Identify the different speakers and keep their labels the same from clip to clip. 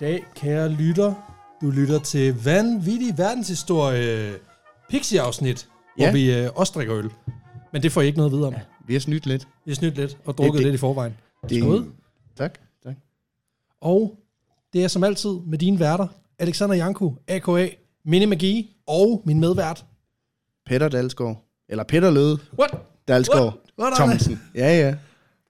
Speaker 1: dag, kære lytter. Du lytter til vanvittig verdenshistorie Pixie-afsnit, ja.
Speaker 2: Ja.
Speaker 1: hvor vi øh, også drikker øl. Men det får I ikke noget at vide om. Ja.
Speaker 2: Vi har snydt lidt.
Speaker 1: Vi har snydt lidt og drukket det,
Speaker 2: det-
Speaker 1: det. lidt i forvejen.
Speaker 2: Det,
Speaker 1: Skål.
Speaker 2: Tak. tak.
Speaker 1: Og det er som altid med dine værter, Alexander Janku, a.k.a. Mini Magi og min medvært.
Speaker 2: Peter Dalsgaard. Eller Peter Løde
Speaker 1: What?
Speaker 2: Dalsgaard
Speaker 1: What? What
Speaker 2: Thomsen. Ja, ja.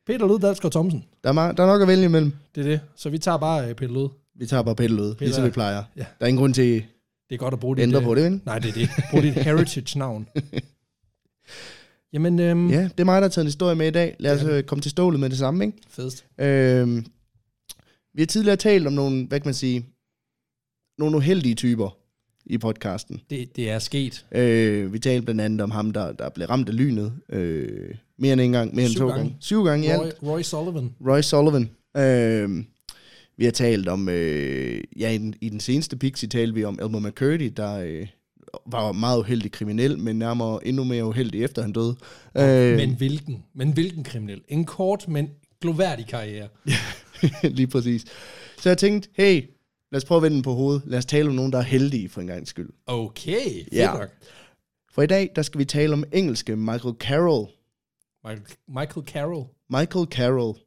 Speaker 1: Peter Lød Dalsgaard Thomsen.
Speaker 2: Der er, meget, der er nok at vælge imellem.
Speaker 1: Det er det. Så vi tager bare øh, Peter Lød.
Speaker 2: Vi tager bare Peter Løde, ligesom vi plejer.
Speaker 1: Ja.
Speaker 2: Der er ingen grund til at
Speaker 1: Det er godt at bruge dit...
Speaker 2: ændre
Speaker 1: øh,
Speaker 2: på det, ikke?
Speaker 1: Nej, det er det. Brug dit heritage-navn. Jamen, øhm,
Speaker 2: Ja, det er mig, der har taget en historie med i dag. Lad os ja. komme til stålet med det samme, ikke?
Speaker 1: fedest.
Speaker 2: Øhm, vi har tidligere talt om nogle, hvad kan man sige, nogle uheldige typer i podcasten.
Speaker 1: Det, det er sket.
Speaker 2: Øh, vi talte blandt andet om ham, der, der blev ramt af lynet. Øh, mere end en gang, mere end
Speaker 1: Syv
Speaker 2: to
Speaker 1: gange.
Speaker 2: gange. Syv gange i alt.
Speaker 1: Roy, Roy Sullivan.
Speaker 2: Roy Sullivan. Øh, vi har talt om, øh, ja, i den, i den seneste Pixie talte vi om Elmer McCurdy, der øh, var meget uheldig kriminel, men nærmere endnu mere uheldig efter han døde. Øh,
Speaker 1: Men hvilken? Men hvilken kriminel? En kort, men gloværdig karriere.
Speaker 2: Øhm, lige præcis. Så jeg tænkte, hey, lad os prøve at vende den på hovedet. Lad os tale om nogen, der er heldige for en gang skyld.
Speaker 1: Okay, fedt
Speaker 2: Ja.
Speaker 1: nok.
Speaker 2: For i dag, der skal vi tale om engelske Michael Carroll.
Speaker 1: Michael, Michael Carroll.
Speaker 2: Michael Carroll.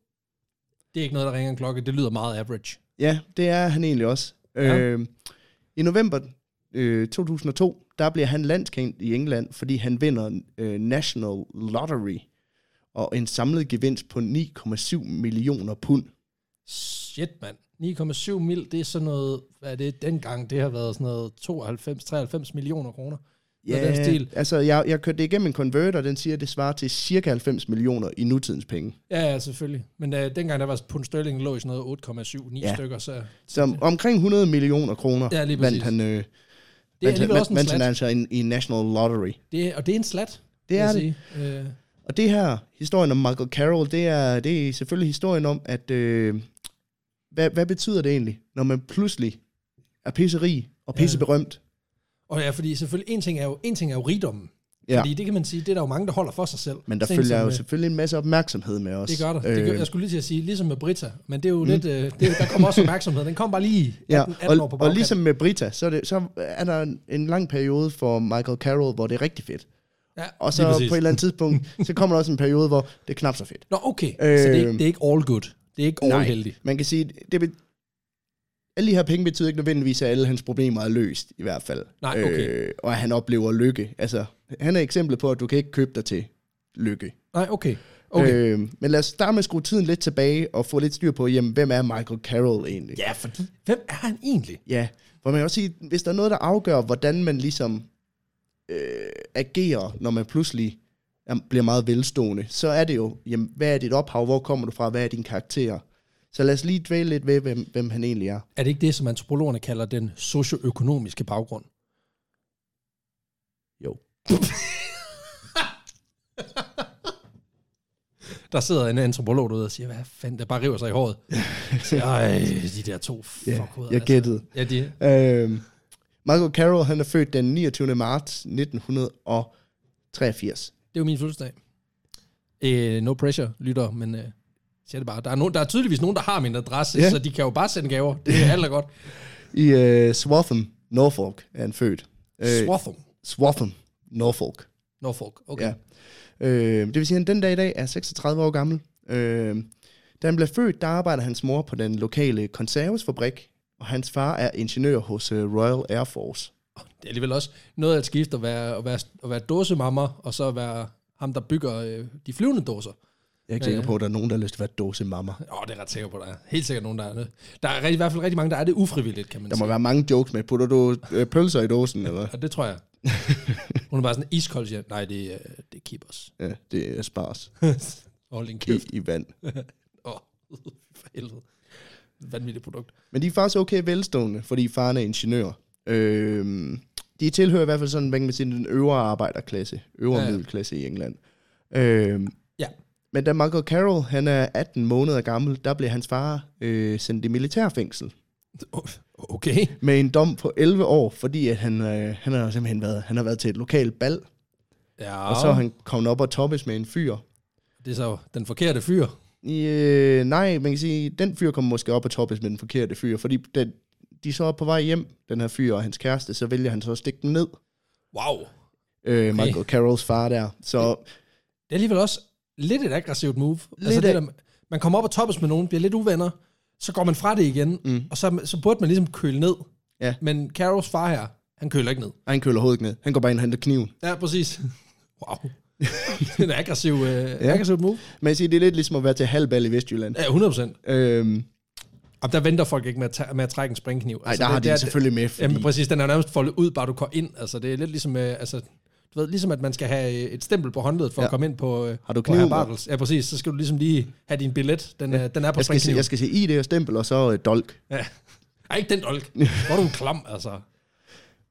Speaker 1: Det er ikke noget, der ringer en klokke. Det lyder meget average.
Speaker 2: Ja, det er han egentlig også.
Speaker 1: Ja.
Speaker 2: Ja. Øh, I november øh, 2002, der bliver han landskendt i England, fordi han vinder øh, National Lottery og en samlet gevinst på 9,7 millioner pund.
Speaker 1: Shit, mand. 9,7 mil, det er sådan noget, hvad er det dengang? Det har været sådan noget 92-93 millioner kroner. Noget af den stil.
Speaker 2: altså jeg, jeg kørte det igennem en converter, den siger, at det svarer til cirka 90 millioner i nutidens penge.
Speaker 1: Ja, ja, selvfølgelig. Men øh, dengang der var pund sterling lå i sådan noget 8,79 ja.
Speaker 2: Ja.
Speaker 1: stykker, så
Speaker 2: Så om- omkring 100 millioner kroner
Speaker 1: Ja, lige præcis.
Speaker 2: vandt han, øh,
Speaker 1: det er
Speaker 2: vandt,
Speaker 1: alligevel
Speaker 2: vandt,
Speaker 1: også en
Speaker 2: vandt han
Speaker 1: slat.
Speaker 2: altså i, i National Lottery.
Speaker 1: Det, er- og det er en slat,
Speaker 2: Det er det.
Speaker 1: Øh,
Speaker 2: Og det her, historien om Michael Carroll, det er, det er selvfølgelig historien om, at øh, hvad, hvad betyder det egentlig, når man pludselig er pisserig og pisseberømt?
Speaker 1: og ja, fordi selvfølgelig, en ting er jo, en ting er jo rigdommen. Ja.
Speaker 2: Ja.
Speaker 1: Fordi det kan man sige, det er der jo mange, der holder for sig selv.
Speaker 2: Men der
Speaker 1: Sådan
Speaker 2: følger
Speaker 1: som,
Speaker 2: jo
Speaker 1: øh,
Speaker 2: selvfølgelig en masse opmærksomhed med os.
Speaker 1: Det gør der. Det gør,
Speaker 2: Øh,
Speaker 1: jeg skulle lige til at sige, ligesom med Britta, men det er jo mm. lidt, øh, det, er- der kommer også opmærksomhed. Den kom bare lige 18,
Speaker 2: Ja,
Speaker 1: 18 år på
Speaker 2: og, og
Speaker 1: bagkanten.
Speaker 2: ligesom med Brita, så er, det, så er der en, en lang periode for Michael Carroll, hvor det er rigtig fedt.
Speaker 1: ja,
Speaker 2: Og
Speaker 1: lige
Speaker 2: så
Speaker 1: præcis.
Speaker 2: på et eller andet tidspunkt, så kommer der også en periode, hvor det er knap så fedt.
Speaker 1: Nå, okay. Øh, så det er, ikke- det er ikke all good. Det er ikke all heldig.
Speaker 2: man kan sige, det be- alle de her penge betyder ikke nødvendigvis, at alle hans problemer er løst, i hvert fald.
Speaker 1: Nej, okay.
Speaker 2: Øh, og at han oplever lykke. Altså, han er et eksempel på, at du kan ikke købe dig til lykke.
Speaker 1: Nej, okay. okay. Øh,
Speaker 2: Øh, men lad os starte med at skrue tiden lidt tilbage og få lidt styr på, jamen, hvem er Michael Carroll egentlig?
Speaker 1: ja, fordi, hvem er han egentlig?
Speaker 2: Ja, for man kan også sige, hvis der er noget, der afgør, hvordan man ligesom øh, agerer, når man pludselig er- bliver meget velstående, så er det jo, jamen, hvad er dit ophav, hvor kommer du fra, hvad er din karakter? Så lad os lige dvæle lidt ved, hvem, hvem han egentlig er.
Speaker 1: Er det ikke det, som antropologerne kalder den socioøkonomiske baggrund?
Speaker 2: Jo.
Speaker 1: Der sidder en antropolog derude og siger, hvad fanden, der bare river sig i håret. Så, Ej, de der to fuck
Speaker 2: jeg gættede.
Speaker 1: Ja, de,
Speaker 2: Øhm, Michael Carroll, han er født den 29. marts 1983.
Speaker 1: Det er jo min fødselsdag. Øh, no pressure, lytter, men øh, jeg siger det bare. Der er, no, der er tydeligvis nogen, der har min adresse, yeah.
Speaker 2: Ja.
Speaker 1: så de kan jo bare sende gaver. Det er alt er godt.
Speaker 2: I øh, Swatham, Norfolk, er han født.
Speaker 1: Øh.
Speaker 2: Øh,
Speaker 1: Swatham,
Speaker 2: Swatham, Norfolk.
Speaker 1: Norfolk. Okay.
Speaker 2: Ja. Øh, det vil sige, at han den dag i dag er 36 år gammel. Øh, da han blev født, der arbejder hans mor på den lokale konservesfabrik, og hans far er ingeniør hos øh, Royal Air Force.
Speaker 1: Det er alligevel også noget af et skift at være, at være, at være dåsemammer, og så at være ham, der bygger øh, de flyvende dåser.
Speaker 2: Jeg er ikke
Speaker 1: Ja,
Speaker 2: sikker
Speaker 1: ja.
Speaker 2: på, at der er nogen, der har lyst til at være dåsemammer.
Speaker 1: Åh, det er jeg ret sikker på, der er. Helt sikkert nogen, der er det. Der er rigtig- i hvert fald rigtig mange, der er det ufrivilligt, kan man
Speaker 2: Der
Speaker 1: sige.
Speaker 2: må være mange jokes med, putter du øh, pølser i dåsen, eller?
Speaker 1: Og det tror jeg. Hun er bare sådan iskold, siger, jeg, nej, det, er, øh, det er keepers.
Speaker 2: Ja, det er spars
Speaker 1: Hold din kæft.
Speaker 2: i, i vand.
Speaker 1: Åh, for helvede. Vanvittigt produkt.
Speaker 2: Men de er faktisk okay velstående, fordi faren er ingeniør. Øhm, de tilhører i hvert fald sådan, hvad kan man sige, den øvre arbejderklasse, øvre
Speaker 1: Ja,
Speaker 2: ja,
Speaker 1: ja.
Speaker 2: ja. middelklasse i England. Øhm,
Speaker 1: Ja.
Speaker 2: Men da Michael Carroll, han er 18 måneder gammel, der blev hans far øh, sendt i militærfængsel
Speaker 1: Okay.
Speaker 2: med en dom på 11 år, fordi at han, øh, han har simpelthen været, han har været til et lokalt bal,
Speaker 1: Ja, Ah.
Speaker 2: og så er han kommet op og toppes med en fyr.
Speaker 1: det er så den forkerte fyr.
Speaker 2: Øh, nej, man kan sige, den fyr kommer måske op på toppes med den forkerte fyr, fordi den, de er så på vej hjem, den her fyr og hans kæreste, så vælger han så at stikke dem ned.
Speaker 1: Wow.
Speaker 2: Øh, Michael Carrolls far der. Så
Speaker 1: Det er alligevel også lidt et aggressivt move. Lidt altså
Speaker 2: Lidt
Speaker 1: det
Speaker 2: af-
Speaker 1: der, man kommer op og toppes med nogen, bliver lidt uvenner, så går man fra det igen, mm. og så, så burde man ligesom køle ned.
Speaker 2: Ja.
Speaker 1: Men Carols far her, han køler ikke ned.
Speaker 2: han køler hovedet ned. Han går bare ind og henter kniven.
Speaker 1: Ja, præcis. Wow. det er en aggressiv, øh, ja. aggressiv move.
Speaker 2: Man kan sige, det er lidt ligesom at være til halvbal i Vestjylland.
Speaker 1: Ja, 100%.
Speaker 2: Øhm,
Speaker 1: Og der venter folk ikke med at, ta- med at trække en springkniv. Altså,
Speaker 2: nej, der har
Speaker 1: det,
Speaker 2: de altså
Speaker 1: det er-
Speaker 2: det selvfølgelig med, fordi
Speaker 1: Jamen præcis, den er jo nærmest foldet ud, bare du går ind. Altså, det er lidt ligesom, øh, altså, du ved, ligesom at man skal have øh, et stempel på håndledet for ja. at
Speaker 2: Ja.
Speaker 1: komme ind på, øh,
Speaker 2: Har du
Speaker 1: på
Speaker 2: kniv
Speaker 1: Hr.
Speaker 2: med?
Speaker 1: Bartels. Ja, præcis. Så skal du ligesom lige have din billet. Den, ja. den er på
Speaker 2: jeg, skal se,
Speaker 1: springkniv.
Speaker 2: jeg skal se ID og stempel, og så øh, dolk.
Speaker 1: Ja. Ej, ikke den dolk. Hvor er du en klam, altså.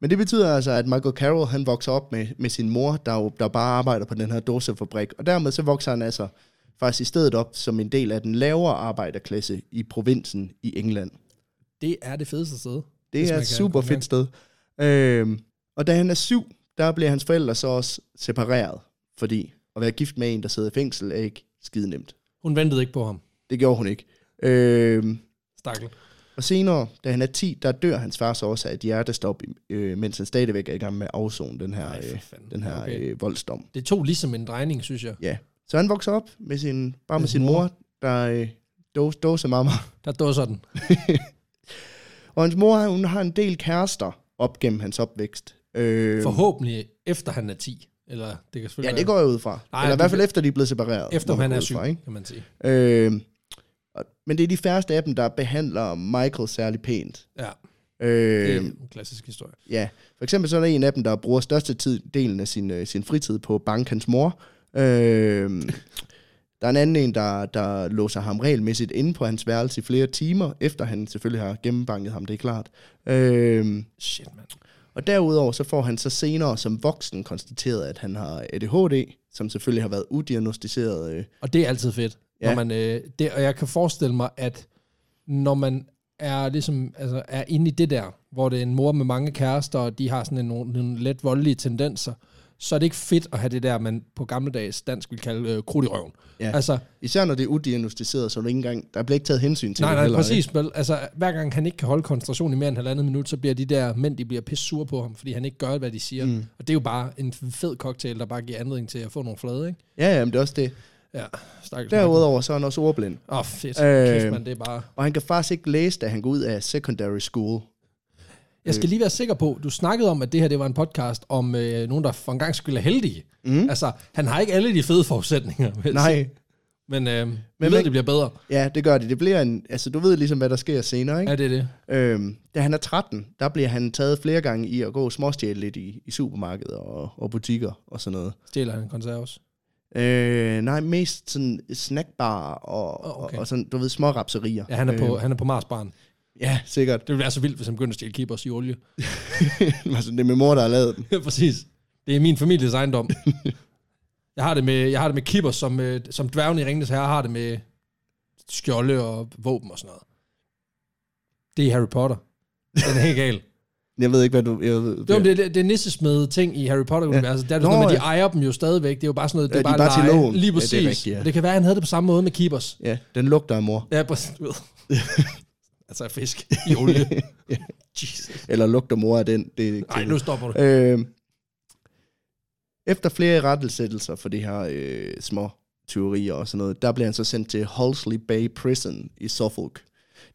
Speaker 2: Men det betyder altså, at Michael Carroll, han vokser op med, med sin mor, der jo der bare arbejder på den her dåsefabrik. Og dermed så vokser han altså faktisk i stedet op som en del af den lavere arbejderklasse i provinsen i England.
Speaker 1: Det er det fedeste sted.
Speaker 2: Det
Speaker 1: Hvis
Speaker 2: er
Speaker 1: man
Speaker 2: et
Speaker 1: kan
Speaker 2: super
Speaker 1: komme
Speaker 2: fedt sted. Øhm, og da han er syv, der bliver hans forældre så også separeret, fordi at være gift med en, der sidder i fængsel, er ikke skide nemt.
Speaker 1: Hun ventede ikke på ham,
Speaker 2: Det gjorde hun ikke. Øhm,
Speaker 1: stakkel.
Speaker 2: og senere, da han er 10, der dør hans far så også af et hjertestop, øh, mens han stadigvæk er i gang med at afzone den her,
Speaker 1: Ej, for
Speaker 2: øh,
Speaker 1: fanden.
Speaker 2: den her
Speaker 1: Okay.
Speaker 2: okay. øh, voldsdom.
Speaker 1: Det tog ligesom en drejning, synes jeg.
Speaker 2: Ja. Så han vokser op med sin, bare med sin mor, der øh, dåse, dåse mamma.
Speaker 1: Der dåser den.
Speaker 2: Og hans mor, hun har en del kærester op gennem hans opvækst. Øh,
Speaker 1: Forhåbentlig efter han er 10. Eller det kan
Speaker 2: ja,
Speaker 1: selvfølgelig
Speaker 2: det går jeg ud fra.
Speaker 1: Nej,
Speaker 2: Nej, Eller i
Speaker 1: de-
Speaker 2: hvert fald efter, de er blevet separeret.
Speaker 1: være, efter
Speaker 2: må man
Speaker 1: han
Speaker 2: gå
Speaker 1: er
Speaker 2: ud
Speaker 1: syg,
Speaker 2: fra, ikke?
Speaker 1: kan man sige.
Speaker 2: Øh, og- men det er de færreste af dem, der behandler Michael særlig pænt.
Speaker 1: Ja, det er
Speaker 2: Øh,
Speaker 1: en klassisk historie.
Speaker 2: ja. For eksempel så er der en af dem, der bruger størstedelen af sin, øh, sin fritid på bankens mor. Øh, der er en anden en, der, der låser ham regelmæssigt inde på hans værelse i flere timer, efter han selvfølgelig har gennembanket ham, det er klart. Øh,
Speaker 1: Shit, mand.
Speaker 2: og derudover så får han så senere som voksen konstateret, at han har ADHD, som selvfølgelig har været udiagnostiseret øh,
Speaker 1: Og det er altid fedt. Ja.
Speaker 2: Ja.
Speaker 1: Når man, øh, det, og jeg kan forestille mig, at når man er, ligesom, altså, er inde i det der, hvor det er en mor med mange kærester, og de har sådan en, nogle, nogle let voldelige tendenser, så er det ikke fedt at have det der, man på gammeldags dansk vil kalde øh, krudt i røven.
Speaker 2: Ja.
Speaker 1: Altså,
Speaker 2: Især når det er udiagnostiseret, så er der ikke engang, der bliver ikke taget hensyn til
Speaker 1: nej,
Speaker 2: det
Speaker 1: nej,
Speaker 2: heller, ikke?
Speaker 1: præcis. Vel? Altså, hver gang han ikke kan holde koncentration i mere end halvandet minut, så bliver de der mænd, de bliver pisse sure på ham, fordi han ikke gør, hvad de siger. Mm. Og det er jo bare en fed cocktail, der bare giver anledning til at få nogle flade, ikke?
Speaker 2: Ja, ja, men det er også det.
Speaker 1: Ja, stakkels. Åh,
Speaker 2: Derudover så er han også ordblind,
Speaker 1: oh, fedt. Øh,
Speaker 2: Øh,
Speaker 1: Kæft, man, det er bare...
Speaker 2: og han kan faktisk ikke læse, da han går ud af secondary school.
Speaker 1: Jeg skal lige være sikker på, du snakkede om, at det her det var en podcast om øh, nogen, der for en gang skulle er heldige. Mm. Altså, han har ikke alle de fede forudsætninger. vil jeg sige.
Speaker 2: Nej,
Speaker 1: Men, øh, men
Speaker 2: Men
Speaker 1: ved,
Speaker 2: man-
Speaker 1: det bliver bedre.
Speaker 2: ja, det gør det. Det bliver en, altså du ved ligesom, hvad der sker senere,
Speaker 1: Ja,
Speaker 2: ikke?
Speaker 1: det er det.
Speaker 2: Øhm, da han er 13, der bliver han taget flere gange i at gå og småstjæle lidt i, i supermarkeder og, og butikker og sådan noget.
Speaker 1: Stjæler han konserves.
Speaker 2: Øh, nej, mest sådan snackbar og,
Speaker 1: Åh,
Speaker 2: oh,
Speaker 1: okay.
Speaker 2: okay. og, og sådan, du ved, små rapserier. Øh,
Speaker 1: Ja, han er, på, han er på Marsbaren.
Speaker 2: Ja, sikkert.
Speaker 1: Det ville være så vildt, hvis han begyndte at stjæle keepers i olie.
Speaker 2: altså, det er min mor, der har lavet den.
Speaker 1: Ja, Præcis. Det er min families ejendom. jeg, har det med, jeg har det med keepers, som, øh, som dværgen i Ringnes Herre har det med skjolde og våben og sådan noget. Det er Harry Potter. Den er helt gal.
Speaker 2: Jeg ved ikke, hvad du... Jeg ved,
Speaker 1: Jo, men det, det, det er nissesmede ting i Harry Potter-universet. Ja. Der er det
Speaker 2: Nå,
Speaker 1: sådan noget, med, de
Speaker 2: ja.
Speaker 1: ejer dem jo stadigvæk. Det er jo bare sådan noget, det
Speaker 2: Ja,
Speaker 1: er
Speaker 2: de
Speaker 1: bare,
Speaker 2: er bare til
Speaker 1: leje.
Speaker 2: lån.
Speaker 1: Lige
Speaker 2: Ja, det er
Speaker 1: præcis.
Speaker 2: rigtigt, ja.
Speaker 1: Og det kan være, han havde det på samme måde med keepers.
Speaker 2: Ja, den lugter af mor.
Speaker 1: Ja, præcis. Du ved. altså af fisk i olie. Jesus.
Speaker 2: Eller lugter mor af den. Det er ikke
Speaker 1: Nej,
Speaker 2: til.
Speaker 1: nu stopper du.
Speaker 2: Øh, efter flere rettelsættelser for de her øh, små tyverier og sådan noget, der bliver han så sendt til Halsley Bay Prison i Suffolk.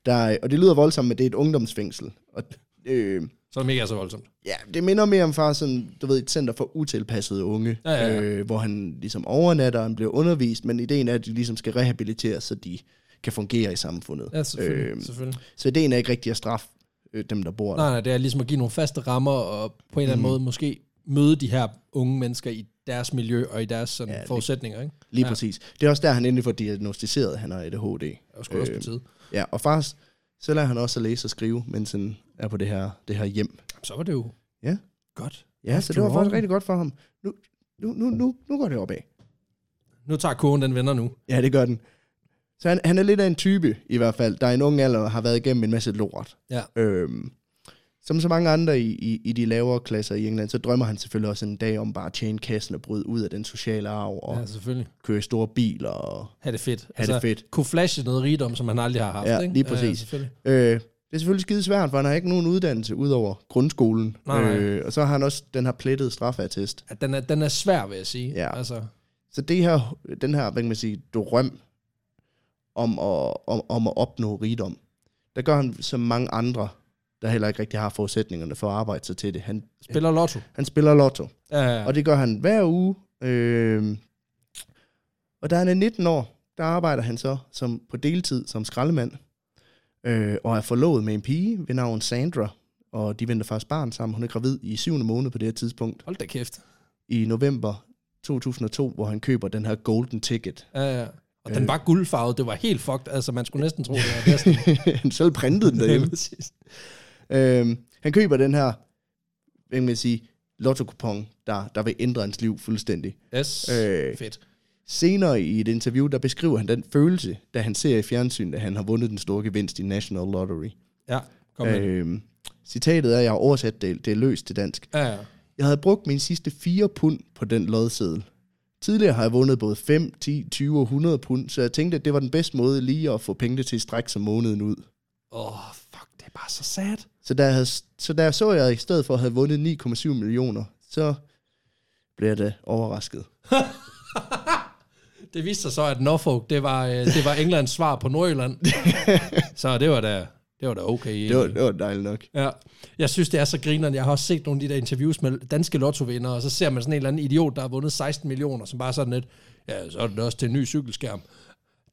Speaker 2: Der, og det lyder voldsomt, men det er et ungdomsfængsel. Og, øh,
Speaker 1: Så er det ikke er så voldsomt.
Speaker 2: ja, det minder mere om faktisk sådan, du ved, et center for utilpassede unge,
Speaker 1: Ja, ja, ja.
Speaker 2: Øh, hvor han ligesom overnatter, han bliver undervist, men ideen er, at de ligesom skal rehabiliteres, så de kan fungere i samfundet.
Speaker 1: Ja, selvfølgelig. Øh,
Speaker 2: Øh,
Speaker 1: selvfølgelig.
Speaker 2: Så ideen er ikke rigtig at straffe øh, dem, der bor der.
Speaker 1: Nej, nej, det er ligesom at give nogle faste rammer, og på en eller anden
Speaker 2: Mm.
Speaker 1: måde måske møde de her unge mennesker i deres miljø og i deres sådan, ja,
Speaker 2: Ja, det-
Speaker 1: forudsætninger. Ikke?
Speaker 2: Lige
Speaker 1: Ja.
Speaker 2: ja. præcis. Det er også der, han endelig får diagnostiseret, at han har ADHD.
Speaker 1: Det er jo sgu også på
Speaker 2: Øh,
Speaker 1: tide.
Speaker 2: Ja, og faktisk, så lærer han også at læse og skrive, mens han er på det her, det her hjem.
Speaker 1: Så var det jo
Speaker 2: Ja.
Speaker 1: godt.
Speaker 2: Ja, så det var faktisk rigtig godt for ham. Nu, nu, nu, nu, nu går det opad.
Speaker 1: Nu tager kurven, den vender nu.
Speaker 2: Ja, det gør den. Så han, han er lidt af en type, i hvert fald, der i en ung alder har været igennem en masse lort.
Speaker 1: Ja.
Speaker 2: Øhm, Som så mange andre i, i, i de lavere klasser i England, så drømmer han selvfølgelig også en dag om bare at tjene kassen og bryde ud af den sociale arv og
Speaker 1: Ja, selvfølgelig.
Speaker 2: køre i store biler og
Speaker 1: Ha' det fedt.
Speaker 2: have altså, det fedt.
Speaker 1: Kunne flashe noget rigdom, som han aldrig har haft.
Speaker 2: Ja,
Speaker 1: ikke?
Speaker 2: lige præcis.
Speaker 1: selvfølgelig.
Speaker 2: Øh, det er selvfølgelig skide svært, for han har ikke nogen uddannelse udover grundskolen.
Speaker 1: Nej, nej.
Speaker 2: Øh, og så har han også den her plettede strafattest.
Speaker 1: At den, er, den er svær, vil jeg sige.
Speaker 2: Ja.
Speaker 1: Altså,
Speaker 2: Så det her, den her, hvad kan man sige, drøm om at, om, om at opnå rigdom, der gør han som mange andre, der heller ikke rigtig har forudsætningerne for at arbejde sig til det. Han,
Speaker 1: spiller lotto.
Speaker 2: han spiller lotto,
Speaker 1: Ja, ja.
Speaker 2: og det gør han hver uge. Øh, og da han er 19 år, der arbejder han så som, på deltid som skraldemand, øh, og er forlovet med en pige ved navn Sandra, og de venter faktisk barn sammen. Hun er gravid i syvende måned på det her tidspunkt,
Speaker 1: Hold da kæft.
Speaker 2: i november 2002, hvor han køber den her golden ticket,
Speaker 1: Ja, ja. Og
Speaker 2: Øh.
Speaker 1: den var guldfarvet. Det var helt fucked. Altså, man skulle næsten tro, det var bedst.
Speaker 2: han selv printede den derhjemme.
Speaker 1: præcis.
Speaker 2: øhm, han køber den her, hvad kan man sige, lotto-kupon, der, der vil ændre hans liv fuldstændig.
Speaker 1: Yes.
Speaker 2: Øh.
Speaker 1: Fedt.
Speaker 2: Senere i et interview, der beskriver han den følelse, da han ser i fjernsynet, at han har vundet den store gevinst i National Lottery.
Speaker 1: Ja, kom med.
Speaker 2: Øhm, citatet er, jeg har oversat det, det er løst til dansk.
Speaker 1: Ja, ja.
Speaker 2: Jeg havde brugt mine sidste 4 pund på den lodseddel. Tidligere har jeg vundet både 5, 10, 20 og 100 pund, så jeg tænkte, at det var den bedste måde lige at få pengene til at strække sig måneden ud.
Speaker 1: Åh, oh, fuck, det er bare så sad.
Speaker 2: Så da, jeg, havde- så da jeg så, at jeg i stedet for havde vundet 9,7 millioner, så blev jeg da overrasket.
Speaker 1: Det viste sig så, at Norfolk, det var, øh, det var Englands svar på Nordjylland. så det var da, det var da okay.
Speaker 2: Det var, det var dejligt nok.
Speaker 1: Ja. Jeg synes, det er så grineren. Jeg har også set nogle af de der interviews med danske lottovindere, og så ser man sådan en eller anden idiot, der har vundet 16 millioner, som bare sådan lidt, ja, så er det også til en ny cykelskærm.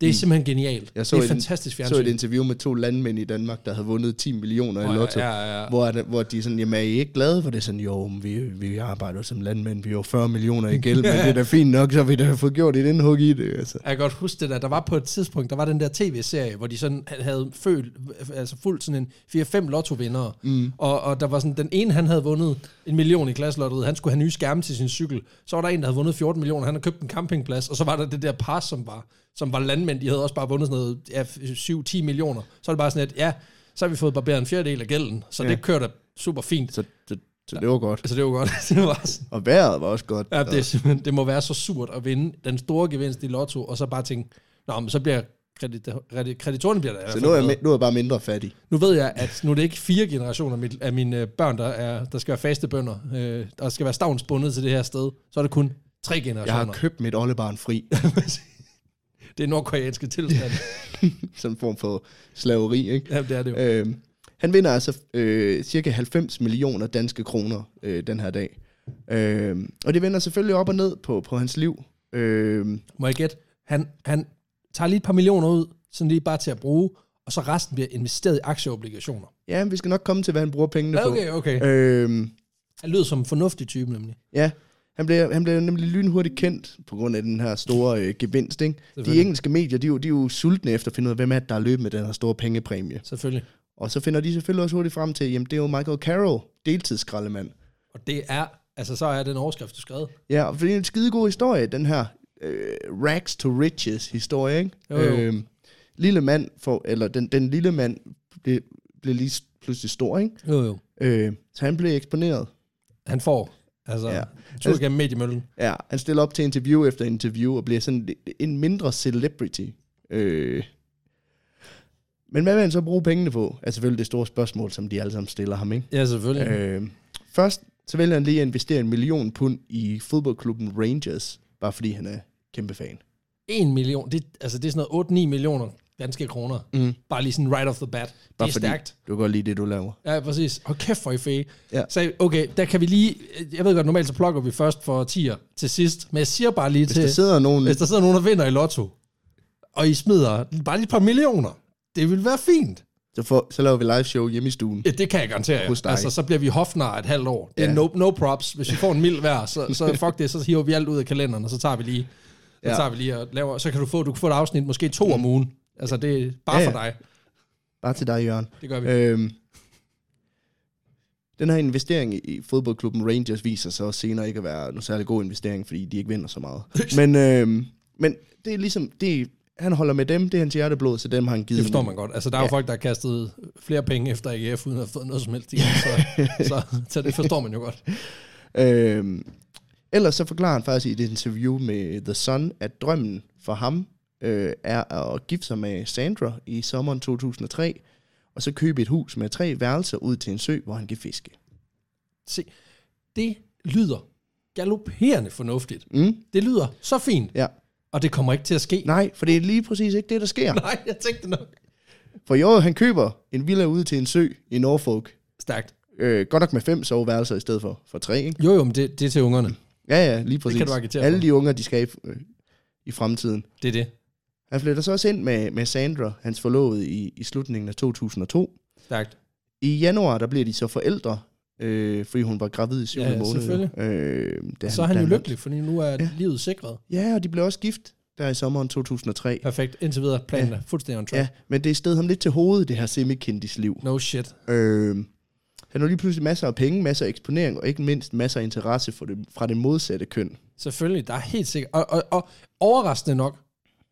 Speaker 1: Det er mm. simpelthen genialt.
Speaker 2: Jeg så
Speaker 1: det er
Speaker 2: et-
Speaker 1: fantastisk
Speaker 2: Jeg
Speaker 1: fjernsyn.
Speaker 2: så et interview med to landmænd i Danmark, der havde vundet 10 millioner i
Speaker 1: Åh, ja,
Speaker 2: lotto.
Speaker 1: ja, ja, ja.
Speaker 2: Hvor, er det- hvor de sådan, jamen er I ikke glade for det? Sådan, jo, men vi, vi arbejder som landmænd, vi har jo 40 millioner i gæld, men det er da fint nok, så har vi da fået gjort et indhug i det. Altså.
Speaker 1: Jeg kan godt huske det der. Der var på et tidspunkt, der var den der tv-serie, hvor de sådan havde følt, altså fuldt sådan en 4-5 lottovindere. Mm. Og, og, der var sådan, den ene, han havde vundet en million i klasselotteriet. Han skulle have nye skærme til sin cykel. Så var der en, der havde vundet 14 millioner. Han havde købt en campingplads. Og så var der det der par, som var, som var landmænd. De havde også bare vundet sådan noget ja, 7-10 millioner. Så er det bare sådan et, ja, så har vi fået barberet en fjerdedel af gælden. Så ja. det kørte super fint.
Speaker 2: Så, så, så det var godt.
Speaker 1: Altså det var godt. det var sådan,
Speaker 2: Og vejret var også godt.
Speaker 1: Ja, det, er simpelthen- det må være så surt at vinde den store gevinst i lotto, og så bare tænke, nå, men så bliver kredit, kredit, kreditorerne bliver der. i hvert
Speaker 2: så
Speaker 1: fald
Speaker 2: nu er, jeg,
Speaker 1: bedre."
Speaker 2: mi- nu er jeg bare mindre fattig.
Speaker 1: nu ved jeg, at nu er det ikke fire generationer af mit- af mine øh, børn, der, er, der skal være faste bønder, øh, der skal være stavnsbundet til det her sted. Så er det kun tre
Speaker 2: Jeg har
Speaker 1: generationer.
Speaker 2: købt mit oldebarn fri,
Speaker 1: det er nordkoreanske tilstand.
Speaker 2: sådan en form for slaveri, ikke?
Speaker 1: ja, det er det jo.
Speaker 2: Øh, han vinder altså øh, cirka 90 millioner danske kroner øh, den her dag. Øh, og det vender selvfølgelig op og ned på, på hans liv. Øh,
Speaker 1: Må jeg gætte? Han, han tager lige et par millioner ud, sådan lige bare til at bruge, og så resten bliver investeret i aktieobligationer.
Speaker 2: ja, vi skal nok komme til, hvad han bruger pengene
Speaker 1: Ja,
Speaker 2: på.
Speaker 1: Okay, okay.
Speaker 2: Øh,
Speaker 1: Han lyder som en fornuftig type, nemlig.
Speaker 2: ja, han blev, han blev nemlig lynhurtigt kendt på grund af den her store øh, gevinst. Ikke? De
Speaker 1: Selvfølgelig.
Speaker 2: engelske medier, de er, jo, de er jo sultne efter at finde ud af, hvem er det, der har løbet med den her store pengepræmie.
Speaker 1: Selvfølgelig.
Speaker 2: Og så finder de selvfølgelig også hurtigt frem til, jamen det er jo Michael Carroll, deltidsskraldemand.
Speaker 1: Og det er, altså så er den overskrift, du skrev.
Speaker 2: Ja, for det er en skide god historie, den her øh, rags to riches historie, ikke?
Speaker 1: Jo, jo.
Speaker 2: Øhm, lille mand, for, eller den, den lille mand blev, blev lige s- pludselig stor, ikke?
Speaker 1: Jo, jo.
Speaker 2: Øh, så han blev eksponeret.
Speaker 1: Han får, altså, ja.
Speaker 2: Ja.
Speaker 1: tur gennem mediemøllen.
Speaker 2: Ja, han stiller op til interview efter interview og bliver sådan en mindre celebrity. Øh. Men hvad vil han så bruge pengene på? Er selvfølgelig det store spørgsmål, som de alle sammen stiller ham, ikke?
Speaker 1: Ja, selvfølgelig. Øh.
Speaker 2: Øh, først så vælger han lige at investere en million pund i fodboldklubben Rangers, bare fordi han er kæmpe fan.
Speaker 1: En million, det, altså det er sådan noget 8-9 millioner danske kroner. Mm. Bare lige sådan right off the bat. Det
Speaker 2: Bare
Speaker 1: er
Speaker 2: fordi
Speaker 1: stærkt.
Speaker 2: Du kan godt lide det, du laver.
Speaker 1: Ja, præcis. Og kæft for I fæge.
Speaker 2: Ja.
Speaker 1: Så okay, der kan vi lige, jeg ved godt, normalt så plukker vi først for 10'er til sidst, men jeg siger bare lige
Speaker 2: Hvis
Speaker 1: til,
Speaker 2: der sidder nogen...
Speaker 1: hvis der sidder nogen, der vinder i lotto, og I smider bare lige et par millioner, det vil være fint.
Speaker 2: Så, får, så laver vi live show hjemme i stuen.
Speaker 1: Ja, det kan jeg garantere jer.
Speaker 2: Hos dig.
Speaker 1: Altså, så bliver vi hofnar et halvt år. Det er
Speaker 2: Ja.
Speaker 1: no, no props. Hvis vi får en mild hver, så, så fuck det, så hiver vi alt ud af kalenderen, og så tager vi lige, så,
Speaker 2: Ja. Mm.
Speaker 1: tager vi lige og laver, så kan du få, du kan få et afsnit, måske to om ugen. Altså, det er bare
Speaker 2: Ja,
Speaker 1: for
Speaker 2: ja.
Speaker 1: dig.
Speaker 2: Bare til dig, Jørgen.
Speaker 1: Det gør vi.
Speaker 2: Øhm, den her investering i- i fodboldklubben Rangers viser sig også senere ikke at være en særlig god investering, fordi de ikke vinder så meget. Men, øhm, men det er ligesom, det er han holder med dem, det er hans hjerteblod, så dem har han givet
Speaker 1: Det forstår
Speaker 2: dem.
Speaker 1: man godt. Altså, der er jo
Speaker 2: Ja.
Speaker 1: folk, der har kastet flere penge efter AGF, uden at have fået noget som helst igen, så, så, så det forstår man jo godt.
Speaker 2: Øhm, ellers så forklarer han faktisk i et interview med The Sun, at drømmen for ham øh, er at gifte sig med Sandra i sommeren 2003, og så købe et hus med tre værelser ud til en sø, hvor han kan fiske.
Speaker 1: Se, det lyder galopperende fornuftigt.
Speaker 2: Mm?
Speaker 1: Det lyder så fint,
Speaker 2: Ja.
Speaker 1: og det kommer ikke til at ske.
Speaker 2: Nej, for det er lige præcis ikke det, der sker.
Speaker 1: Nej jeg tænkte nok.
Speaker 2: For jo, han køber en villa ude til en sø i Norfolk.
Speaker 1: Stærkt.
Speaker 2: Øh, godt nok med fem soveværelser i stedet for, for tre, ikke?
Speaker 1: Jo, jo, men det, det er til ungerne.
Speaker 2: Ja, ja, lige præcis.
Speaker 1: kan du agitere
Speaker 2: Alle
Speaker 1: for.
Speaker 2: de unger, de skal i, øh, i fremtiden.
Speaker 1: Det er det.
Speaker 2: Han flytter så også ind med, med Sandra, hans forlovede, i, i slutningen af 2002.
Speaker 1: Stærkt.
Speaker 2: I januar, der bliver de så forældre, øh, fordi hun var gravid i syvende
Speaker 1: Ja,
Speaker 2: måned. jo.
Speaker 1: selvfølgelig.
Speaker 2: Øh, da
Speaker 1: Så er han
Speaker 2: da
Speaker 1: jo lykkelig, fordi nu er
Speaker 2: Ja.
Speaker 1: livet sikret.
Speaker 2: Ja, og de blev også gift der i sommeren 2003.
Speaker 1: Perfekt. Indtil videre, planen er fuldstændig on track.
Speaker 2: Ja, men det sted ham lidt til hovedet, det her semikendis liv.
Speaker 1: No shit.
Speaker 2: Øh, han har lige pludselig masser af penge, masser af eksponering, og ikke mindst masser af interesse for det, fra det modsatte køn.
Speaker 1: Selvfølgelig, der er helt sikkert. Og, og, og overraskende nok,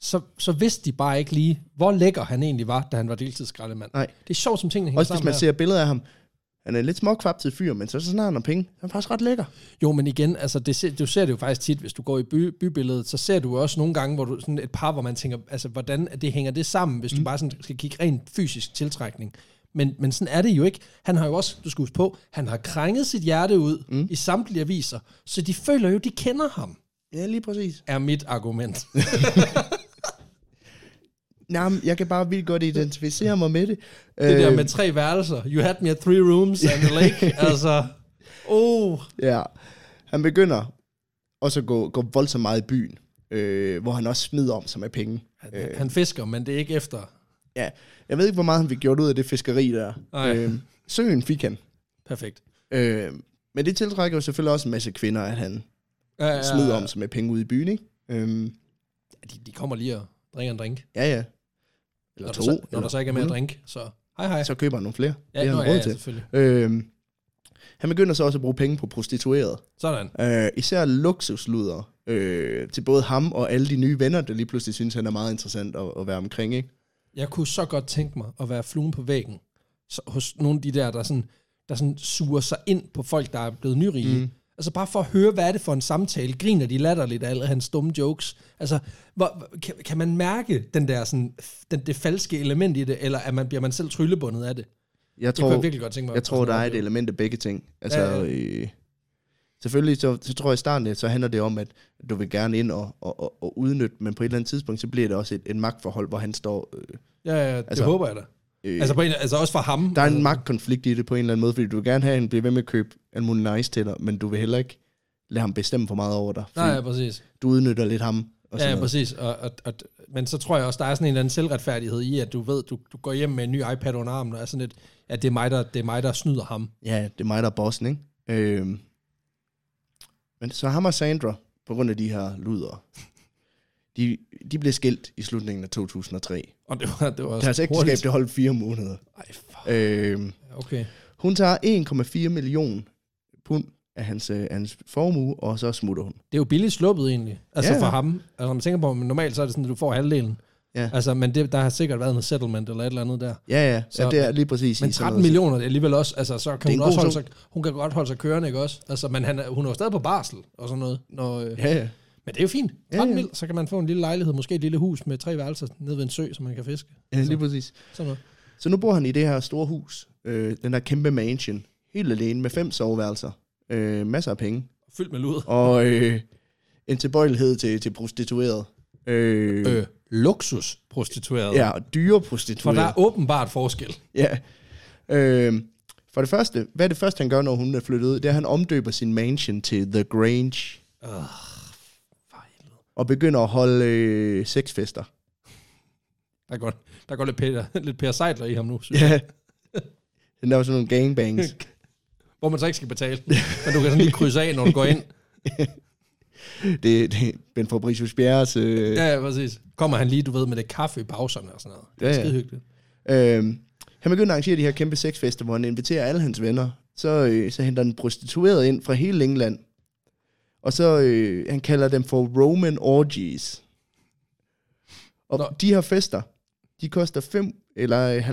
Speaker 1: så, så vidste de bare ikke lige, hvor lækker han egentlig var, da han var deltidsgrællemand.
Speaker 2: Nej.
Speaker 1: Det er sjovt, som tingene hænger
Speaker 2: Også hvis
Speaker 1: sammen
Speaker 2: man
Speaker 1: her.
Speaker 2: ser billeder af ham. Han er en lidt småkvaptet fyr, men så, så snart han har penge, han er faktisk ret lækker.
Speaker 1: Jo, men igen, altså det, ser- du ser det jo faktisk tit, hvis du går i by, bybilledet, så ser du også nogle gange, hvor du sådan et par, hvor man tænker, altså hvordan er det hænger det sammen, hvis mm. du bare sådan skal kigge rent fysisk tiltrækning. Men, men sådan er det jo ikke. Han har jo også, du skal huske på, han har krænget sit hjerte ud mm. i samtlige aviser, så de føler jo, de kender ham,
Speaker 2: Ja, lige præcis.
Speaker 1: er mit argument.
Speaker 2: Nej, men jeg kan bare vildt godt identificere mig med det. Øh,
Speaker 1: Det der med tre værelser. You had me at three rooms and a lake. altså, oh.
Speaker 2: Ja. Han begynder også at gå, gå voldsomt meget i byen, øh, hvor han også smider om sig med penge.
Speaker 1: Han, han fisker, men det er ikke efter.
Speaker 2: Ja, jeg ved ikke, hvor meget han fik gjort ud af det fiskeri der. Øh,
Speaker 1: Nej.
Speaker 2: søen fik han.
Speaker 1: Perfekt.
Speaker 2: Øh, men det tiltrækker jo selvfølgelig også en masse kvinder, at han
Speaker 1: Ja, ja,
Speaker 2: smider om sig med penge ude i byen, ikke? Øhm,
Speaker 1: ja, De, de kommer lige og drikker en drink.
Speaker 2: ja, ja. Eller
Speaker 1: Når,
Speaker 2: to.
Speaker 1: der, så, når
Speaker 2: eller
Speaker 1: der så ikke er mere at
Speaker 2: 100.
Speaker 1: drink, så hej hej.
Speaker 2: Så køber han nogle flere.
Speaker 1: ja,
Speaker 2: det har
Speaker 1: nå,
Speaker 2: han
Speaker 1: ja, altså.
Speaker 2: råd
Speaker 1: ja,
Speaker 2: til.
Speaker 1: selvfølgelig.
Speaker 2: Øhm, han begynder så også at bruge penge på prostituerede.
Speaker 1: Sådan.
Speaker 2: Øh, især luksusluder øh, til både ham og alle de nye venner, der lige pludselig synes, han er meget interessant at, at være omkring. Ikke?
Speaker 1: Jeg kunne så godt tænke mig at være fluen på væggen så, hos nogle af de der, der sådan, der sådan suger sig ind på folk, der er blevet nyrige.
Speaker 2: Mhm.
Speaker 1: Mm. Altså bare for at høre, hvad er det for en samtale? Griner de latterligt af alle hans dumme jokes? Altså, hvor, hvor- kan, kan man mærke den der, sådan, den, det falske element i det, eller er man, bliver man selv tryllebundet af det?
Speaker 2: Jeg
Speaker 1: Det kunne jeg
Speaker 2: tror,
Speaker 1: virkelig godt tænke mig.
Speaker 2: jeg
Speaker 1: at-
Speaker 2: tror, der er et element af begge ting. Altså,
Speaker 1: Ja,
Speaker 2: ja,
Speaker 1: ja.
Speaker 2: ja. Øh, selvfølgelig, så, så tror jeg i starten, så handler det om, at du vil gerne ind og, og, og, og udnytte, men på et eller andet tidspunkt, så bliver det også et, et magtforhold, hvor han står... Øh,
Speaker 1: Ja, ja, det altså,
Speaker 2: Altså-
Speaker 1: håber jeg da.
Speaker 2: øh,
Speaker 1: Altså, på en, altså også for ham.
Speaker 2: der er
Speaker 1: altså,
Speaker 2: en magtkonflikt i det på en eller anden måde, fordi du vil gerne have, at han bliver ved med at købe alle mulige nice til dig, men du vil heller ikke lade ham bestemme for meget over dig, fordi
Speaker 1: Nej, ja,
Speaker 2: Nej.
Speaker 1: præcis.
Speaker 2: du udnytter lidt ham.
Speaker 1: Ja,
Speaker 2: Og sådan
Speaker 1: ja,
Speaker 2: noget.
Speaker 1: præcis. Og, og, og, men så tror jeg også, der er sådan en eller anden selvretfærdighed i, at du ved, du, du går hjem med en ny iPad under armen, og er sådan lidt, at det er mig, der, det er mig, der snyder ham.
Speaker 2: Ja, det er mig, der er bossen, ikke? Øhm. Men så ham og Sandra, på grund af de her luder, de, de blev skilt i slutningen af 2003.
Speaker 1: Og det var, det var
Speaker 2: Deres ægteskab, det holdt fire måneder.
Speaker 1: Ej, fuck.
Speaker 2: Øhm.
Speaker 1: Okay.
Speaker 2: Hun tager 1,4 million pund af hans, øh, hans formue, og så smutter hun.
Speaker 1: Det er jo billigt sluppet egentlig, altså
Speaker 2: Ja.
Speaker 1: for ham. Altså når man tænker på, men normalt så er det sådan, at du får halvdelen.
Speaker 2: Ja.
Speaker 1: Altså, men det, der har sikkert været noget settlement eller et eller andet der.
Speaker 2: Ja, ja,
Speaker 1: Så-
Speaker 2: så, ja det er lige præcis. i
Speaker 1: Men
Speaker 2: sådan
Speaker 1: 13
Speaker 2: noget.
Speaker 1: millioner, det er alligevel også, altså så kan
Speaker 2: Det er
Speaker 1: hun
Speaker 2: en
Speaker 1: også holde
Speaker 2: god
Speaker 1: sig, hun kan godt holde sig kørende, ikke også? Altså, men han er, hun er jo stadig på barsel og sådan noget. Når, øh,
Speaker 2: Ja, ja.
Speaker 1: Men det er jo fint. 13
Speaker 2: Ja,
Speaker 1: ja,
Speaker 2: ja.
Speaker 1: mil, så kan man få en lille lejlighed, måske et lille hus med tre værelser nede ved en sø, som man kan fiske.
Speaker 2: ja, lige præcis.
Speaker 1: Sådan noget.
Speaker 2: Så nu bor han i det her store hus, øh, den der kæmpe mansion, helt alene med fem soveværelser, øh, masser af penge,
Speaker 1: Fyldt med luder.
Speaker 2: og øh, en tilbøjelighed til, til prostitueret. Øh, øh.
Speaker 1: Øh, luksus prostitueret.
Speaker 2: Ja, og dyre
Speaker 1: For
Speaker 2: prostitueret.
Speaker 1: der er åbenbart forskel.
Speaker 2: Ja. Øh, for det første, hvad er det første, han gør, når hun er flyttet ud? Det er, at han omdøber sin mansion til The Grange,
Speaker 1: Øh,
Speaker 2: og begynder at holde øh, sexfester.
Speaker 1: Der går, der går lidt, Peter, lidt Per Seidler i ham nu, synes jeg.
Speaker 2: Ja. Den laver sådan nogle gangbangs.
Speaker 1: Hvor man så ikke skal betale. Men du kan sådan lige krydse af, når du går ind.
Speaker 2: det, det er Ben Fabricius Bjerres. Øh,
Speaker 1: Ja, ja, præcis. Kommer han lige, du ved, med det kaffe i pauserne og sådan noget. Det er
Speaker 2: Ja,
Speaker 1: ja,
Speaker 2: ja.
Speaker 1: skide hyggeligt.
Speaker 2: Øhm, han begynder at arrangere de her kæmpe sexfester, hvor han inviterer alle hans venner. Så, øh, så henter han prostitueret ind fra hele England. Og så øh, han kalder dem for Roman orgies. Og
Speaker 1: Nå.
Speaker 2: Nå. de her fester, de koster 5 eller øh,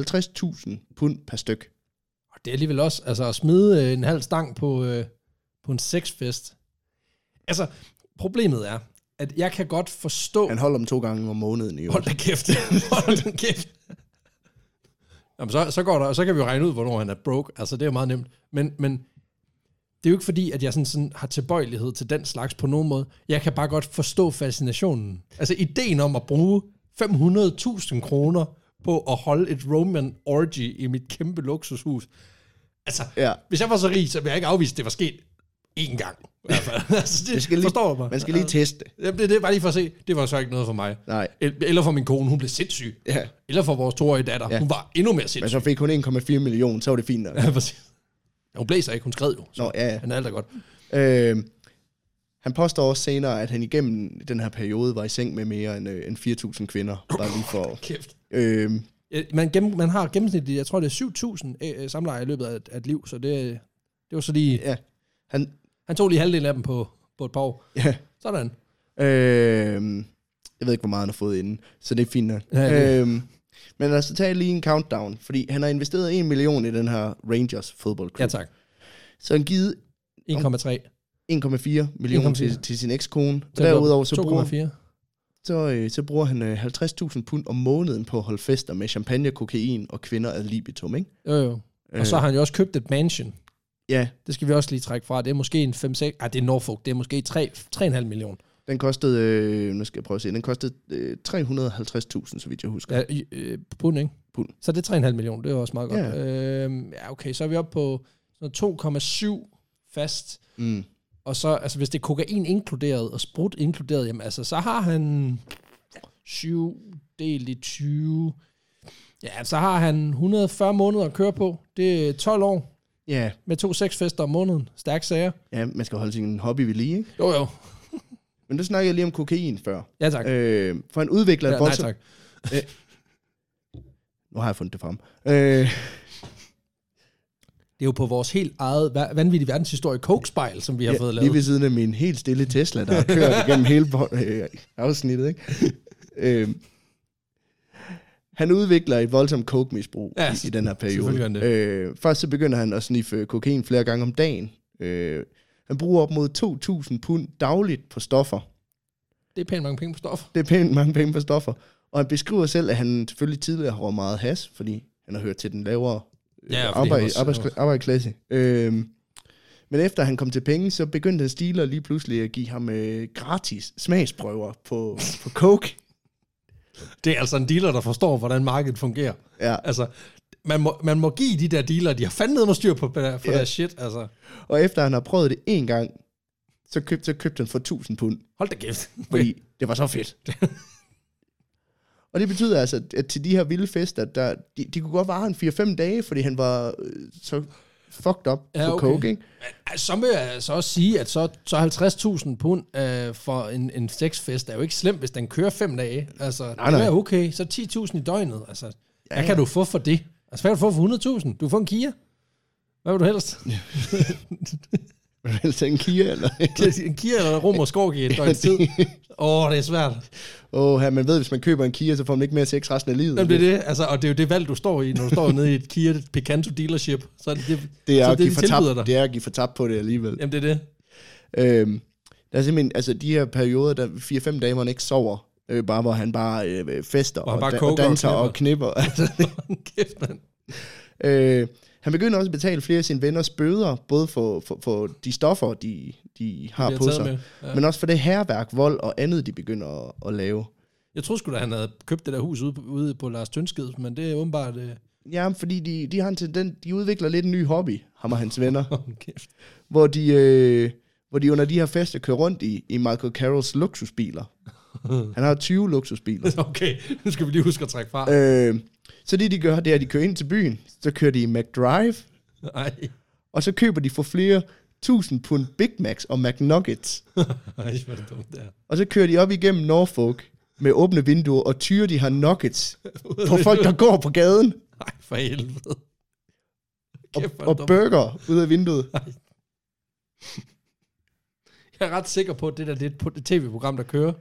Speaker 2: 50.000 pund per styk.
Speaker 1: Og det er alligevel også, altså at smide øh, en halv stang på, øh, på en sexfest. Altså, problemet er, at jeg kan godt forstå...
Speaker 2: Han holder dem to gange om måneden i
Speaker 1: Hold
Speaker 2: år.
Speaker 1: da kæft, hold da kæft. Jamen, så, så, går der, så kan vi jo regne ud, hvornår han er broke. Altså, det er jo meget nemt. Men, men det er jo ikke fordi, at jeg sådan, sådan har tilbøjelighed til den slags på nogen måde. Jeg kan bare godt forstå fascinationen. Altså, ideen om at bruge 500.000 kroner på at holde et Roman orgy i mit kæmpe luksushus. Altså,
Speaker 2: Ja.
Speaker 1: hvis jeg var så rig, så ville jeg ikke afvise, at det var sket én gang. I hvert fald. altså, det,
Speaker 2: Det skal lige,
Speaker 1: forstår du mig.
Speaker 2: Man skal lige teste det.
Speaker 1: Jamen, det, det er bare lige for at se. Det var så ikke noget for mig.
Speaker 2: Nej.
Speaker 1: El- Eller for min kone, hun blev sindssyg.
Speaker 2: Ja.
Speaker 1: Eller for vores toårige datter, ja. hun var endnu mere
Speaker 2: Men
Speaker 1: sindssyg.
Speaker 2: så fik hun 1,4 millioner, så var det fint nok.
Speaker 1: Ja, præcis. Ja, hun blæser ikke, hun skred jo. Så
Speaker 2: Nå, ja, ja.
Speaker 1: Han er alt er godt.
Speaker 2: Øh, han påstår også senere, at han igennem den her periode var i seng med mere end, øh, end 4.000 kvinder. Bare lige for...
Speaker 1: Kæft.
Speaker 2: Øh,
Speaker 1: Ja, Man, gennem, man har gennemsnitligt, jeg tror det er 7.000 øh, øh, samlejer i løbet af et, af et liv, så det, det var så lige,
Speaker 2: ja, han...
Speaker 1: han tog lige halvdelen af dem på, på et par år.
Speaker 2: Ja,
Speaker 1: Sådan.
Speaker 2: øh, jeg ved ikke, hvor meget han har fået inden, så det er fint nok.
Speaker 1: Ja, det-
Speaker 2: Øh, men lad os tage lige en countdown, fordi han har investeret 1 million i den her Rangers fodboldklub.
Speaker 1: Ja tak.
Speaker 2: Så han givet
Speaker 1: 1,3.
Speaker 2: 1,4 millioner
Speaker 1: 1,4.
Speaker 2: til, til sin ekskone. Og derudover så bruger,
Speaker 1: 2,4.
Speaker 2: så, øh, så bruger han øh, 50.000 pund om måneden på at holde fester med champagne, kokain og kvinder ad libitum, ikke?
Speaker 1: Jo, jo. Og
Speaker 2: Øh.
Speaker 1: så har han jo også købt et mansion.
Speaker 2: Ja,
Speaker 1: Det skal vi også lige trække fra. Det er måske en 5-6... Ah, det er Norfolk. Det er måske 3, 3,5 millioner.
Speaker 2: Den kostede, øh, nu skal jeg prøve at se, den kostede øh, 350.000, så vidt jeg husker. Ja.
Speaker 1: Ja, i- øh, pund, ikke?
Speaker 2: Pund.
Speaker 1: Så det er 3,5 millioner, det er også meget godt.
Speaker 2: Ja.
Speaker 1: Ja. Øhm, ja, okay, så er vi oppe på sådan noget 2,7 fast.
Speaker 2: Mm.
Speaker 1: Og så, altså hvis det er kokain inkluderet og sprut inkluderet, jamen altså, så har han 7 delt i 20. Ja, altså, så har han 140 måneder at køre på. Det er 12 år
Speaker 2: Ja,
Speaker 1: med to sexfester om måneden. Stærk sager.
Speaker 2: ja, man skal holde sin hobby ved lige, ikke?
Speaker 1: Jo, jo.
Speaker 2: Men du snakkede jeg lige om kokain før.
Speaker 1: Ja, tak. Øh,
Speaker 2: Øh, for han udvikler
Speaker 1: ja,
Speaker 2: et
Speaker 1: nej,
Speaker 2: voldsomt...
Speaker 1: tak.
Speaker 2: Nu har jeg fundet det frem. Øh,
Speaker 1: Det er jo på vores helt eget va- vanvittige verdenshistorie, Coke-spejl, som vi har ja, fået
Speaker 2: ja,
Speaker 1: lavet.
Speaker 2: lige ved siden af min helt stille Tesla, der har kørt igennem hele bo- øh, afsnittet, ikke? Øh, han udvikler et voldsomt coke-misbrug
Speaker 1: Ja,
Speaker 2: ja, i, i den her
Speaker 1: selvfølgelig gør han
Speaker 2: periode. Øh, først så begynder han at sniffe kokain flere gange om dagen. Øh, han bruger op mod 2.000 pund dagligt på stoffer.
Speaker 1: Det er pænt mange penge på stof.
Speaker 2: Det er pænt mange penge for stoffer. Og han beskriver selv, at han selvfølgelig tidligere har røget meget has, fordi han har hørt til den lavere øh,
Speaker 1: Ja, og fordi han
Speaker 2: arbejde,
Speaker 1: også-
Speaker 2: arbejds, arbejdsklasse. Øhm, men efter han kom til penge, så begyndte hans dealer lige pludselig at give ham øh, gratis smagsprøver på, på coke.
Speaker 1: Det er altså en dealer, der forstår, hvordan markedet fungerer.
Speaker 2: Ja.
Speaker 1: Altså, man må, man må give de der dealer, de har fandme med styr på, på yeah. deres shit. Altså,
Speaker 2: Og efter han har prøvet det en gang, så købte så købte han for 1000 pund,
Speaker 1: hold da kæft.
Speaker 2: fordi det var så fedt. Og det betyder altså, at- at til de her vilde fester, der, de, de kunne godt vare en 4-5 dage, fordi han var øh, så fucked up
Speaker 1: Ja,
Speaker 2: ja, på
Speaker 1: okay.
Speaker 2: coke, ikke?
Speaker 1: Men, altså, så vil jeg så også sige, at så, så 50.000 pund øh, for en, en sexfest er jo ikke slemt, hvis den kører fem dage. Altså, nej, det
Speaker 2: nej.
Speaker 1: er okay. Så 10.000 i døgnet. Altså, ja, hvad kan du få for det? Altså, hvad kan du få for 100.000? Du får en Kia. Hvad vil du helst?
Speaker 2: Vil du helst have en Kia, eller?
Speaker 1: en Kia eller en rum og skov i et døgns tid? Åh, oh, det er svært.
Speaker 2: Åh, oh, man ved, hvis man køber en Kia, så får man ikke mere sex resten af livet.
Speaker 1: Jamen, det er det. Altså, og det er jo det valg, du står i, når du står nede i et Kia Picanto dealership. Så er det det,
Speaker 2: det
Speaker 1: så
Speaker 2: er,
Speaker 1: er
Speaker 2: at give
Speaker 1: de tilbyder
Speaker 2: fortabt, det er at give fortabt på det alligevel.
Speaker 1: Jamen, det er det.
Speaker 2: Øhm, der er simpelthen, altså de her perioder, der 4-5 dage, hvor han ikke sover, øh, bare hvor han bare øh, fester
Speaker 1: han
Speaker 2: og,
Speaker 1: bare
Speaker 2: da-
Speaker 1: koker
Speaker 2: og
Speaker 1: og
Speaker 2: danser og knipper. Og knipper.
Speaker 1: Kæft, mand.
Speaker 2: øh, han begynder også at betale flere af sine venners bøder, både for, for, for de stoffer, de, de har
Speaker 1: bliver
Speaker 2: på
Speaker 1: taget
Speaker 2: sig,
Speaker 1: med,
Speaker 2: ja. men også for det herværk, vold og andet, de begynder at, at lave.
Speaker 1: Jeg troede sgu da, han havde købt det der hus ude på, ude på Lars Tønsked, men det er åbenbart... Øh,
Speaker 2: Ja, fordi de, de har en tendens, de udvikler lidt en ny hobby, ham og hans venner.
Speaker 1: oh, kæft.
Speaker 2: hvor de, øh, hvor de under de her fester kører rundt i, i Michael Carrolls luksusbiler. Han har 20 luksusbiler.
Speaker 1: Okay, nu skal vi lige huske at trække fra.
Speaker 2: øh, så det, de gør, det er, at de kører ind til byen, så kører de i McDrive,
Speaker 1: Ej,
Speaker 2: og så køber de for flere tusind pund Big Macs og McNuggets.
Speaker 1: ej, hvor er det dumt der.
Speaker 2: Og så kører de op igennem Norfolk med åbne vinduer og tyrer de her nuggets på folk, der går på gaden,
Speaker 1: Ej, for helvede. Kæft, hvor er
Speaker 2: og
Speaker 1: det dumt.
Speaker 2: burger ud af vinduet.
Speaker 1: Jeg er ret sikker på, at det der det, på det tv-program, der kører,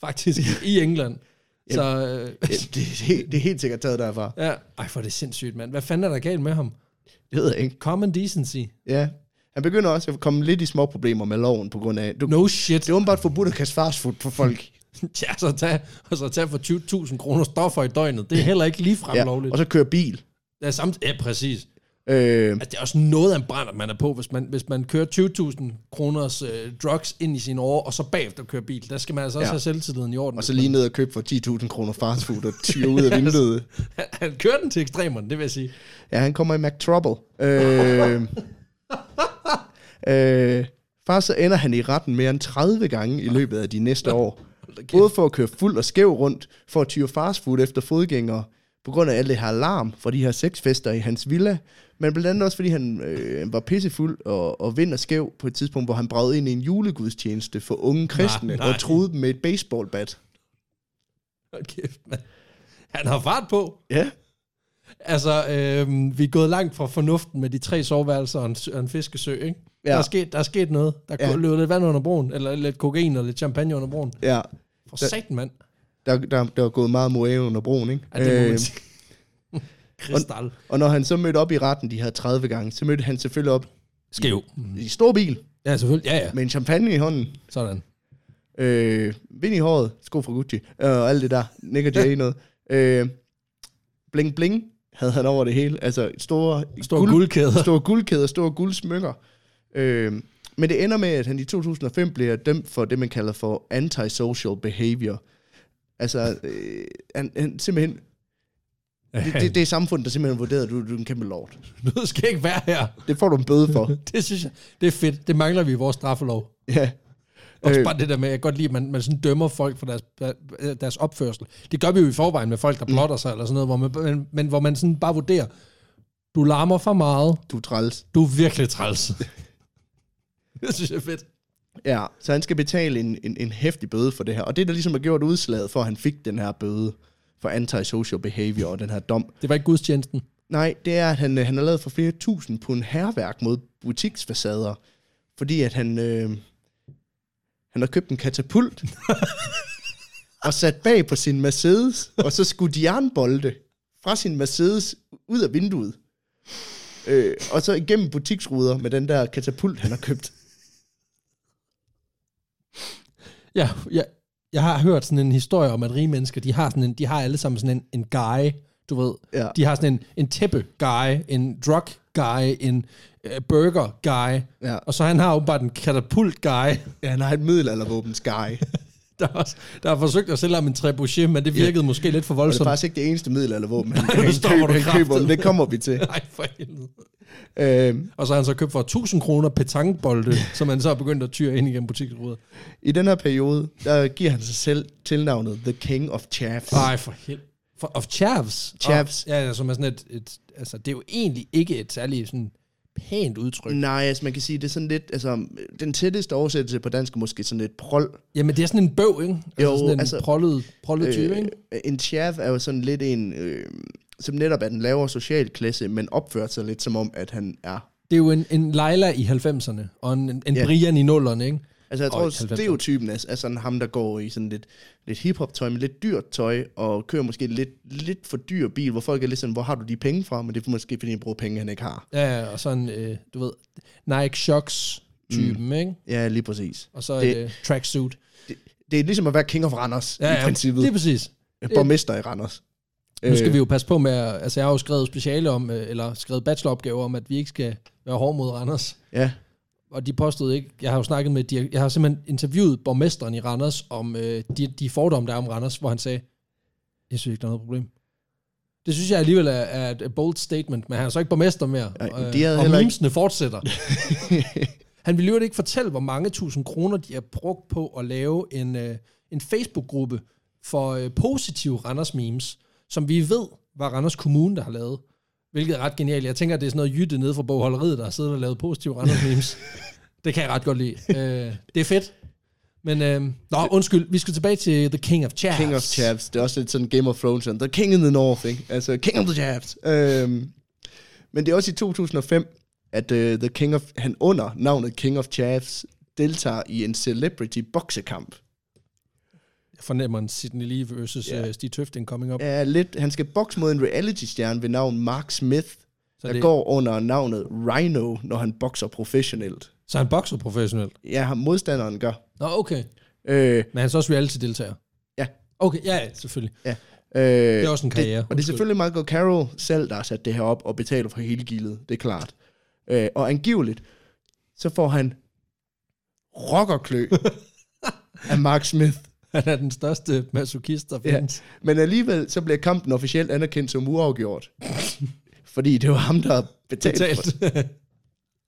Speaker 1: faktisk i England, Så, øh,
Speaker 2: Ja, det, er helt- det er helt sikkert taget derfra.
Speaker 1: ja. Ej, for det er sindssygt, mand. Hvad fanden er der galt med ham?
Speaker 2: Det ved jeg ikke.
Speaker 1: Common decency.
Speaker 2: Ja. Han begynder også at komme lidt i små problemer med loven på grund af... Du,
Speaker 1: No shit.
Speaker 2: Det er åbenbart forbudt at kaste fast food på folk.
Speaker 1: Ja, så tag, og så tag for 20.000 kroner stoffer i døgnet. Det er heller ikke ligefrem ja. lovligt.
Speaker 2: Og så køre bil.
Speaker 1: Det er samt, ja, præcis.
Speaker 2: Øh,
Speaker 1: Altså, det er også noget af en brændert, man er på, hvis man, hvis man kører 20.000 kroners øh, drugs ind i sine år, og så bagefter kører bil. Der skal man altså også
Speaker 2: Ja.
Speaker 1: have selvtilliden i orden.
Speaker 2: og så lige ned og købe for 10.000 kroner fast food og tyre ud af vinduet.
Speaker 1: Han kører den til ekstremerne, det vil jeg sige.
Speaker 2: Ja, han kommer i McTrouble. Øh, øh, faktisk så ender han i retten mere end 30 gange i løbet af de næste år. Både for at køre fuld og skæv rundt, for at tyre fastfood efter fodgængere, på grund af alt det her alarm fra de her sexfester i hans villa, men blandt andet også, fordi han øh, var pissefuld og, og vind og skæv på et tidspunkt, hvor han bragte ind i en julegudstjeneste for unge kristne
Speaker 1: nej.
Speaker 2: og troede dem med et baseballbat.
Speaker 1: Hold kæft, man. Han har fart på.
Speaker 2: Ja,
Speaker 1: Altså, øh, vi er gået langt fra fornuften med de tre soveværelser og en, sø- og en fiskesø, ikke?
Speaker 2: Ja.
Speaker 1: Der, er sket, der er sket noget. Der er
Speaker 2: Ja.
Speaker 1: ja. løbet lidt vand under broen, eller lidt kokain og lidt champagne under broen.
Speaker 2: ja.
Speaker 1: For satan, mand.
Speaker 2: Der, der, der er gået meget moæve under broen, ikke?
Speaker 1: Ja, det må
Speaker 2: Øh,
Speaker 1: man sige. Kristal.
Speaker 2: Og når han så mødte op i retten de her 30 gange, så mødte han selvfølgelig op
Speaker 1: Skæv.
Speaker 2: i stor bil
Speaker 1: Ja, selvfølgelig. Ja, ja.
Speaker 2: med en champagne i hånden,
Speaker 1: Sådan.
Speaker 2: øh, vind i håret, sko fra Gucci øh, og alt det der, Nick og Jay noget. Øh, bling bling havde han over det hele, altså store,
Speaker 1: Stor Guld. guldkæder.
Speaker 2: store guldkæder, store guldsmykker. Øh, men det ender med, at han i 2005 bliver dømt for det, man kalder for antisocial behavior. Altså, øh, han, han simpelthen... Det, det, det er samfundet, der simpelthen vurderer, at du, du er en kæmpe lort.
Speaker 1: Noget skal ikke være her.
Speaker 2: Det får du en bøde for.
Speaker 1: Det synes jeg, det er fedt. Det mangler vi i vores straffelov.
Speaker 2: Ja.
Speaker 1: Også
Speaker 2: Øh.
Speaker 1: øh. bare det der med, jeg kan godt lide, at man, man sådan dømmer folk for deres, deres opførsel. Det gør vi jo i forvejen med folk, der
Speaker 2: Mm.
Speaker 1: plotter sig eller sådan noget, hvor man, men, men hvor man sådan bare vurderer, du larmer for meget,
Speaker 2: Du er træls.
Speaker 1: du er virkelig træls. det synes jeg er fedt.
Speaker 2: Ja, så han skal betale en, en, en hæftig bøde for det her. Og det, der ligesom har gjort udslaget for, at han fik den her bøde for antisocial behavior og den her dom,
Speaker 1: Det var ikke gudstjenesten.
Speaker 2: nej, det er, at han, øh, han har lavet for flere tusind på en herværk mod butiksfacader, fordi at han, øh, han har købt en katapult og sat bag på sin Mercedes, og så skudt jernbolde fra sin Mercedes ud af vinduet. Øh, og så igennem butiksruder med den der katapult, han har købt.
Speaker 1: Ja, jeg, jeg har hørt sådan en historie om, at rige mennesker, de har, sådan en, de har alle sammen sådan en, en guy, du ved.
Speaker 2: Ja.
Speaker 1: De har sådan en, en tæppe-guy, en drug-guy, en øh, burger-guy.
Speaker 2: Ja.
Speaker 1: Og så han har åbenbart en katapult-guy,
Speaker 2: Ja, han har et middelaldervåben Sky.
Speaker 1: der, også, der har forsøgt at sælge ham en trebuchet, men det virkede måske lidt for
Speaker 2: Og det er
Speaker 1: voldsomt.
Speaker 2: faktisk ikke det eneste middelaldervåben, han,
Speaker 1: nu
Speaker 2: han,
Speaker 1: stopper
Speaker 2: køber,
Speaker 1: du
Speaker 2: han køber, men
Speaker 1: kraftigt.
Speaker 2: det kommer vi til.
Speaker 1: Nej, for helvede.
Speaker 2: Øhm,
Speaker 1: Og så har han så købt for 1000 kroner petangbolde, som han så har begyndt at tyre ind igennem butiksruder.
Speaker 2: I den her periode, der giver han sig selv tilnavnet The King of Chaffs.
Speaker 1: Nej, for helvede. For, of chavs.
Speaker 2: Chavs.
Speaker 1: Og, ja, ja, som er sådan et, et, altså det er jo egentlig ikke et særligt sådan pænt udtryk.
Speaker 2: Nej, altså man kan sige, det er sådan lidt, altså den tætteste oversættelse på dansk er måske sådan lidt prol.
Speaker 1: Jamen, det er sådan en bøv, ikke? Altså
Speaker 2: Jo,
Speaker 1: sådan en
Speaker 2: altså,
Speaker 1: prollet, prollet type, ikke?
Speaker 2: Øh, en chaff er jo sådan lidt en, øh, som netop er den lavere social klasse, men opfører sig lidt som om, at han er.
Speaker 1: Det er jo en, en Leila i 90'erne, og en, en
Speaker 2: Ja.
Speaker 1: yeah. Brian i 0'erne, ikke?
Speaker 2: Altså jeg
Speaker 1: Og
Speaker 2: tror,
Speaker 1: i 90'erne.
Speaker 2: stereotypen er, er sådan ham, der går i sådan lidt, lidt hiphop-tøj, men lidt dyrt tøj, og kører måske lidt, lidt for dyr bil, hvor folk er lidt sådan, hvor har du de penge fra? Men det er måske, fordi han bruger penge, han ikke har.
Speaker 1: Ja, ja, og sådan, øh, du ved, Nike Shocks typen, mm. ikke?
Speaker 2: Ja, lige præcis.
Speaker 1: Og så
Speaker 2: Det-
Speaker 1: det, et øh, tracksuit.
Speaker 2: Det er ligesom at være king of Randers, ja, i princippet.
Speaker 1: det er præcis.
Speaker 2: Det, Borgmester i Randers.
Speaker 1: Nu skal
Speaker 2: Øh,
Speaker 1: vi jo passe på med, at, altså jeg har jo skrevet speciale om, øh, eller skrevet bacheloropgaver om, at vi ikke skal være hård mod Randers.
Speaker 2: Ja,
Speaker 1: Og de påstod ikke, jeg har jo snakket med, direk- jeg har simpelthen interviewet borgmesteren i Randers om øh, de, de fordomme, der er om Randers, hvor han sagde, jeg synes ikke, der er noget problem. Det synes jeg alligevel er, er et bold statement, men han er så ikke borgmester mere.
Speaker 2: Ej,
Speaker 1: og, øh,
Speaker 2: de havde
Speaker 1: og
Speaker 2: heller ikke-
Speaker 1: memesene fortsætter. han ville jo ikke fortælle, hvor mange tusind kroner, de har brugt på at lave en, øh, en Facebook-gruppe for øh, positive Randers memes, som vi ved var Randers Kommune, der har lavet. Hvilket er ret genialt. Jeg tænker, at det er sådan noget jytte nede fra bogholderiet, der har siddet og lavet positive Randers memes. det kan jeg ret godt lide. Øh, det er fedt. Men, øh, nå, undskyld, vi skal tilbage til The King of Chavs.
Speaker 2: King of Chaps. Det er også lidt sådan Game of Thrones. sådan, The King in the North, ikke? Altså, King of the Chaps. Øhm, men det er også i 2005, at uh, the King of, han under navnet King of Chaps deltager i en celebrity boksekamp.
Speaker 1: fornemmer en Sidney Lee versus
Speaker 2: Ja.
Speaker 1: yeah. uh, Stig Tøfting coming up. Yeah.
Speaker 2: er lidt, han skal bokse mod en reality-stjerne ved navn Mark Smith,
Speaker 1: Så,
Speaker 2: der
Speaker 1: det,
Speaker 2: går under navnet Rhino, når han bokser professionelt.
Speaker 1: så han bokser professionelt.
Speaker 2: Ja, ham modstanderen gør.
Speaker 1: Nå, okay.
Speaker 2: Øh,
Speaker 1: Men han er så også reality-deltager.
Speaker 2: Ja.
Speaker 1: Okay, ja, ja, selvfølgelig.
Speaker 2: øh,
Speaker 1: Det er også en karriere.
Speaker 2: og det er selvfølgelig Michael Carroll selv, der har sat det her op og betaler for hele gildet, det er klart. Øh, og angiveligt, så får han rockerklø af Mark Smith.
Speaker 1: Han er den største masokist, der
Speaker 2: Ja.
Speaker 1: findes.
Speaker 2: Men alligevel, så bliver kampen officielt anerkendt som uafgjort. Fordi det var ham, der betalte for
Speaker 1: Betalt.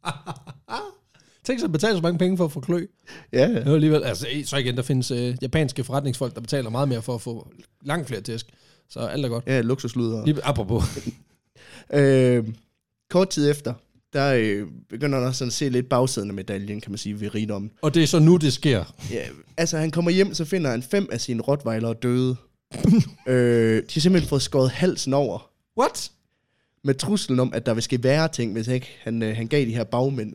Speaker 1: Tænk sig at betale så mange penge for at få klø.
Speaker 2: Ja, ja.
Speaker 1: Det var alligevel, altså eh, så igen, der findes øh, japanske forretningsfolk, der betaler meget mere for at få langt flere tæsk. Så alt er godt.
Speaker 2: ja luksusludere.
Speaker 1: Lige apropos.
Speaker 2: Øh, kort tid efter, der øh, begynder han også sådan at se lidt bagsiden af medaljen, kan man sige, ved rigdommen.
Speaker 1: Og det er så nu, det sker.
Speaker 2: Ja, altså, han kommer hjem, så finder han fem af sine rottweiler døde. øh, de har simpelthen fået skåret halsen over
Speaker 1: What?
Speaker 2: med truslen om, at der vil ske værre ting, hvis ikke han, øh, han gav de her bagmænd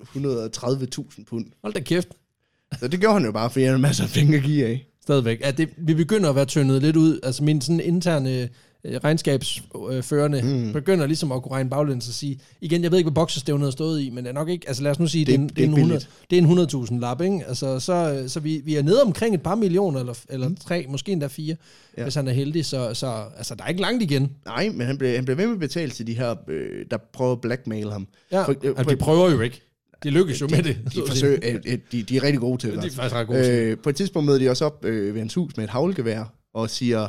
Speaker 2: 130.000 pund.
Speaker 1: Hold da kæft.
Speaker 2: Så det gjorde han jo bare, fordi han havde masser af penge at give af.
Speaker 1: Stadigvæk. Ja, det, vi begynder at være tyndet lidt ud. Altså min sådan interne øh, regnskabsførende mm. begynder ligesom at kunne regne baglæns og sige, igen, jeg ved ikke, hvad boksestævnet har stået i, men det er nok ikke, altså lad os nu sige, det,
Speaker 2: Det
Speaker 1: det,
Speaker 2: er-
Speaker 1: er, en-
Speaker 2: det
Speaker 1: det, er
Speaker 2: er
Speaker 1: en
Speaker 2: ikke
Speaker 1: 100, det er en 100.000 lap, ikke? Altså så, øh, så vi, vi er nede omkring et par millioner, eller, eller tre, måske endda fire,
Speaker 2: Ja.
Speaker 1: Mm. ja. hvis han er heldig, så, så altså, der er ikke langt igen.
Speaker 2: Nej, men han blev, han blev ved med at betale til de her, øh, der prøver at blackmail ham.
Speaker 1: Ja,
Speaker 2: For- øh,
Speaker 1: altså,
Speaker 2: for-
Speaker 1: de prøver jo ikke. Det lykkes jo med det.
Speaker 2: De, forsøger, øh, øh, de, de er rigtig gode til det.
Speaker 1: De er
Speaker 2: altså.
Speaker 1: faktisk ret gode til det.
Speaker 2: Øh, på et tidspunkt møder de også op øh, ved hans hus med et havlgevær og siger,